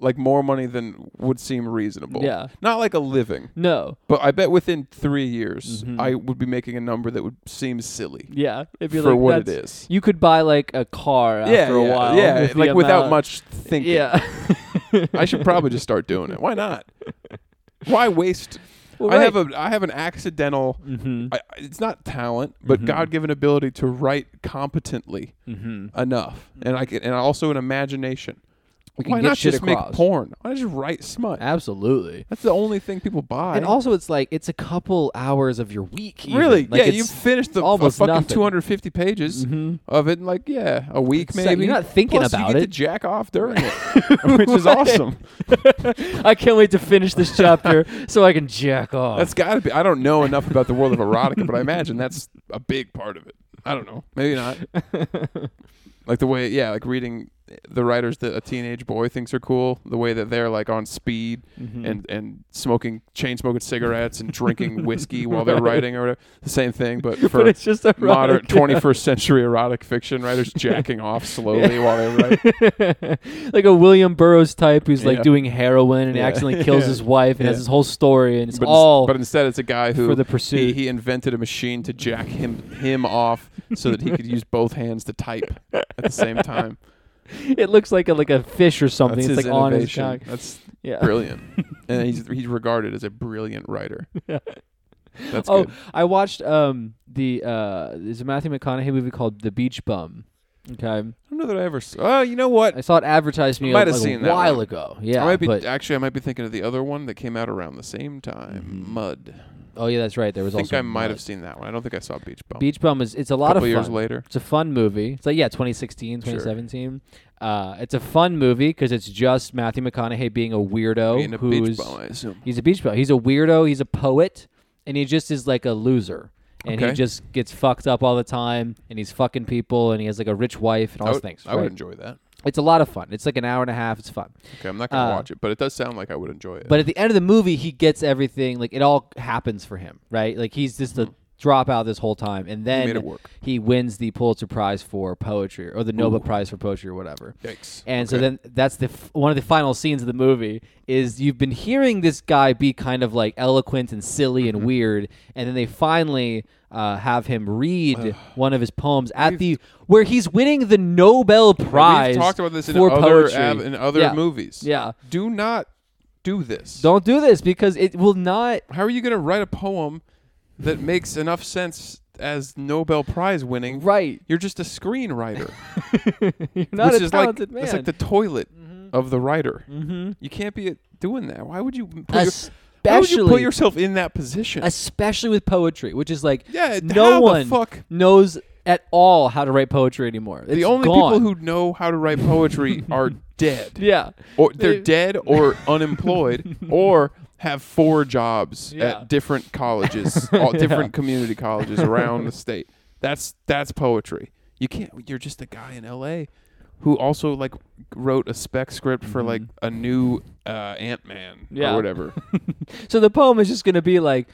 Speaker 2: like more money than would seem reasonable.
Speaker 1: Yeah.
Speaker 2: not like a living,
Speaker 1: no.
Speaker 2: but I bet within three years I would be making a number that would seem silly
Speaker 1: Yeah. Mm-hmm. If you're
Speaker 2: for
Speaker 1: like,
Speaker 2: what it
Speaker 1: that's-
Speaker 2: is.
Speaker 1: You could buy like a car after
Speaker 2: yeah,
Speaker 1: a
Speaker 2: yeah,
Speaker 1: while.
Speaker 2: yeah,
Speaker 1: with the
Speaker 2: like without
Speaker 1: amount-
Speaker 2: much thinking.
Speaker 1: Yeah.
Speaker 2: I should probably just start doing it. Why not? Why waste?
Speaker 1: Well,
Speaker 2: I have
Speaker 1: right.
Speaker 2: a I have an accidental.
Speaker 1: Mhm.
Speaker 2: I, it's not talent,
Speaker 1: Mm-hmm.
Speaker 2: but God given ability to write competently
Speaker 1: Mm-hmm.
Speaker 2: enough, and I can, and also an imagination.
Speaker 1: We can
Speaker 2: Mm-hmm. Why
Speaker 1: get
Speaker 2: not
Speaker 1: shit
Speaker 2: just
Speaker 1: across.
Speaker 2: make porn? Why not just write smut?
Speaker 1: Absolutely.
Speaker 2: That's the only thing people buy.
Speaker 1: And also, it's like it's a couple hours of your week. even.
Speaker 2: really,
Speaker 1: Like,
Speaker 2: yeah,
Speaker 1: it's
Speaker 2: you finished the a
Speaker 1: almost
Speaker 2: fucking
Speaker 1: nothing.
Speaker 2: 250 pages of it in like yeah, a week
Speaker 1: So- you're
Speaker 2: maybe.
Speaker 1: not thinking
Speaker 2: Plus,
Speaker 1: about
Speaker 2: you get
Speaker 1: it.
Speaker 2: to jack off during it, which is awesome.
Speaker 1: I can't wait to finish this chapter so I can jack off.
Speaker 2: That's got to be. I don't know enough about the world of erotica, but I imagine that's a big part of it. I don't know. Maybe not. like the way, yeah, like reading the writers that a teenage boy thinks are cool, the way that they're like on speed
Speaker 1: Mm-hmm.
Speaker 2: and and smoking chain smoking cigarettes and drinking whiskey while they're writing or whatever. The same thing, but for
Speaker 1: it's just erotic,
Speaker 2: modern
Speaker 1: yeah.
Speaker 2: 21st century erotic fiction writers jacking off slowly while they write.
Speaker 1: like a William Burroughs type who's like
Speaker 2: Yeah.
Speaker 1: doing heroin and
Speaker 2: Yeah.
Speaker 1: accidentally kills
Speaker 2: Yeah.
Speaker 1: his wife and
Speaker 2: Yeah.
Speaker 1: has this whole story and it's
Speaker 2: but, ins-
Speaker 1: all
Speaker 2: but instead it's a guy who
Speaker 1: for the
Speaker 2: he-
Speaker 1: pursuit.
Speaker 2: He, invented a machine to jack him him off so that he could use both hands to type at the same time.
Speaker 1: it looks like a like a fish or something.
Speaker 2: That's
Speaker 1: it's
Speaker 2: his
Speaker 1: like on his
Speaker 2: innovation.
Speaker 1: cock.
Speaker 2: That's
Speaker 1: Yeah.
Speaker 2: brilliant, and he's he's regarded as a brilliant writer. That's
Speaker 1: Oh,
Speaker 2: good.
Speaker 1: I watched um the uh there's a Matthew McConaughey movie called The Beach Bum. Okay.
Speaker 2: I don't know that I ever. s- Oh, you know what?
Speaker 1: I saw it advertised to me
Speaker 2: Might
Speaker 1: like
Speaker 2: have
Speaker 1: a
Speaker 2: seen that
Speaker 1: while
Speaker 2: one.
Speaker 1: ago. Yeah.
Speaker 2: I might be
Speaker 1: but-
Speaker 2: actually. I might be thinking of the other one that came out around the same time. Mud.
Speaker 1: oh yeah, that's right. There was
Speaker 2: I think
Speaker 1: also
Speaker 2: I might
Speaker 1: Mud.
Speaker 2: have seen that one. I don't think I saw Beach Bum.
Speaker 1: Beach Bum is it's a lot of
Speaker 2: couple
Speaker 1: fun.
Speaker 2: years later.
Speaker 1: It's a fun movie. It's like yeah, 2016, 2017. Uh, it's a fun movie because it's just Matthew McConaughey being a weirdo
Speaker 2: Being a
Speaker 1: Oh, who's
Speaker 2: beach bum, I assume.
Speaker 1: he's a beach bum. He's a weirdo. He's a poet, and he just is like a loser. And
Speaker 2: Okay.
Speaker 1: he just gets fucked up all the time, and he's fucking people, and he has like a rich wife and all
Speaker 2: I
Speaker 1: those
Speaker 2: would,
Speaker 1: things.
Speaker 2: I would
Speaker 1: right?
Speaker 2: enjoy that.
Speaker 1: It's a lot of fun. It's like an hour and a half. It's fun.
Speaker 2: Okay, I'm not gonna
Speaker 1: Uh,
Speaker 2: watch it, but it does sound like I would enjoy it.
Speaker 1: But at the end of the movie, he gets everything. Like it all happens for him, right? Like he's just a dropout this whole time, and then
Speaker 2: Mm-hmm. made it work.
Speaker 1: he wins the Pulitzer Prize for poetry or the Nobel Prize for poetry or whatever.
Speaker 2: Yikes.
Speaker 1: And so then that's the f- one of the final scenes of the movie is you've been hearing this guy be kind of like eloquent and silly
Speaker 2: Mm-hmm.
Speaker 1: and weird, and then they finally uh, have him read one of his poems at the where he's winning the Nobel Prize.
Speaker 2: We've talked about this in
Speaker 1: for
Speaker 2: other
Speaker 1: poetry.
Speaker 2: av- in other
Speaker 1: Yeah.
Speaker 2: movies.
Speaker 1: Yeah.
Speaker 2: Do not do this.
Speaker 1: Don't do this because it will not.
Speaker 2: How are you going to write a poem that makes enough sense as Nobel Prize winning?
Speaker 1: Right.
Speaker 2: You're just a screenwriter,
Speaker 1: You're not
Speaker 2: which
Speaker 1: a
Speaker 2: is like
Speaker 1: talented man. Mm-hmm.
Speaker 2: it's like the toilet of the writer. You can't be doing that. Why would you? Put your- why would you
Speaker 1: Especially-
Speaker 2: put yourself in that position?
Speaker 1: especially with poetry, which is like
Speaker 2: Yeah, how the
Speaker 1: no one
Speaker 2: fuck-
Speaker 1: knows at all how to write poetry anymore.
Speaker 2: the
Speaker 1: It's
Speaker 2: only people
Speaker 1: gone.
Speaker 2: who know how to write poetry are dead.
Speaker 1: yeah,
Speaker 2: or they're
Speaker 1: They-
Speaker 2: dead or unemployed or have four jobs
Speaker 1: Yeah.
Speaker 2: at different colleges, all different community colleges around the state. That's that's poetry. You can't. You're just a guy in L.A. who also like wrote a spec script for like a new uh, Ant Man
Speaker 1: Mm-hmm. Yeah.
Speaker 2: or whatever.
Speaker 1: So the poem is just going to be like,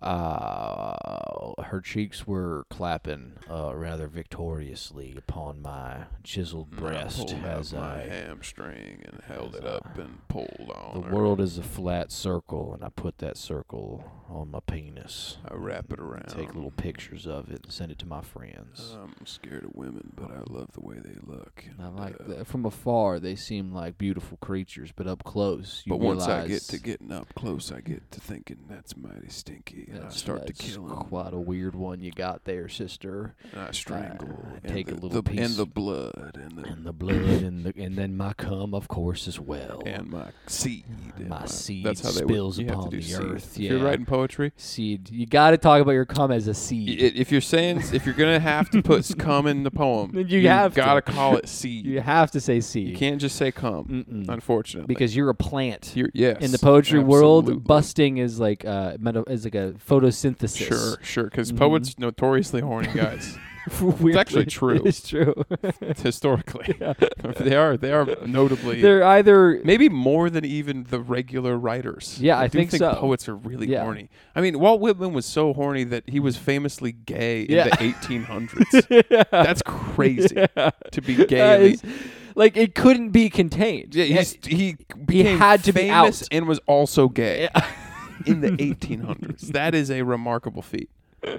Speaker 3: Uh, her cheeks were clapping uh, rather victoriously upon my chiseled breast
Speaker 2: pulled out
Speaker 3: as
Speaker 2: my
Speaker 3: I.
Speaker 2: hamstring and held
Speaker 3: as
Speaker 2: it up and pulled on.
Speaker 3: The
Speaker 2: her.
Speaker 3: world is a flat circle, and I put that circle on my penis.
Speaker 2: I wrap it around.
Speaker 3: Take little pictures of it and send it to my friends.
Speaker 2: I'm scared of women, but I love the way they look.
Speaker 3: I like
Speaker 2: uh,
Speaker 3: that. From afar, they seem like beautiful creatures, but up close, you
Speaker 2: But
Speaker 3: realize
Speaker 2: once I get to getting up close, I get to thinking that's mighty stinky, and I
Speaker 3: that's-
Speaker 2: start to
Speaker 3: that's
Speaker 2: kill 'em,
Speaker 3: Quite a weird one you got there, sister.
Speaker 2: and I strangle. and
Speaker 3: take a
Speaker 2: the-
Speaker 3: little
Speaker 2: the-
Speaker 3: piece-
Speaker 2: and the blood and the
Speaker 3: And the blood, and the, and then my cum, of course, as well.
Speaker 2: and my seed. and
Speaker 3: My seed
Speaker 2: that's how they would-
Speaker 3: spills
Speaker 2: you have to
Speaker 3: upon
Speaker 2: do
Speaker 3: the
Speaker 2: seed.
Speaker 3: earth,
Speaker 2: If you're
Speaker 3: yeah.
Speaker 2: writing poetry,
Speaker 1: seed. You got to talk about your cum as a
Speaker 2: i-
Speaker 1: seed.
Speaker 2: if you're saying if you're gonna have to put cum in the poem,
Speaker 1: You have to.
Speaker 2: gotta call it seed.
Speaker 1: you have to say seed.
Speaker 2: You can't just say cum,
Speaker 3: Mm-mm.
Speaker 2: unfortunately,
Speaker 1: because you're a plant.
Speaker 2: you're, yes,
Speaker 1: in the poetry world,
Speaker 2: absolutely.
Speaker 1: busting is like uh, meta- is like a photosynthesis.
Speaker 2: Sure, sure, because
Speaker 3: Mm-hmm.
Speaker 2: poets notoriously horny guys
Speaker 1: it's
Speaker 2: actually true.
Speaker 1: It's true.
Speaker 2: historically. they are they are notably
Speaker 1: They're either
Speaker 2: maybe more than even the regular writers.
Speaker 1: Yeah, I
Speaker 2: do
Speaker 1: think so.
Speaker 2: poets are really
Speaker 1: Yeah.
Speaker 2: horny. I mean, Walt Whitman was so horny that he was famously gay
Speaker 1: Yeah.
Speaker 2: in the 1800s. That's crazy to be gay.
Speaker 1: that
Speaker 2: in the-
Speaker 1: is- like it couldn't be contained.
Speaker 2: yeah, he's, he became
Speaker 1: had to be
Speaker 2: famous
Speaker 1: out.
Speaker 2: and was also gay in the 1800s. That is a remarkable feat.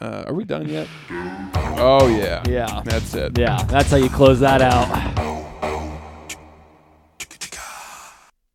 Speaker 2: Uh, are we done yet? Oh yeah,
Speaker 1: Yeah.
Speaker 2: That's it.
Speaker 1: yeah, that's how you close that out.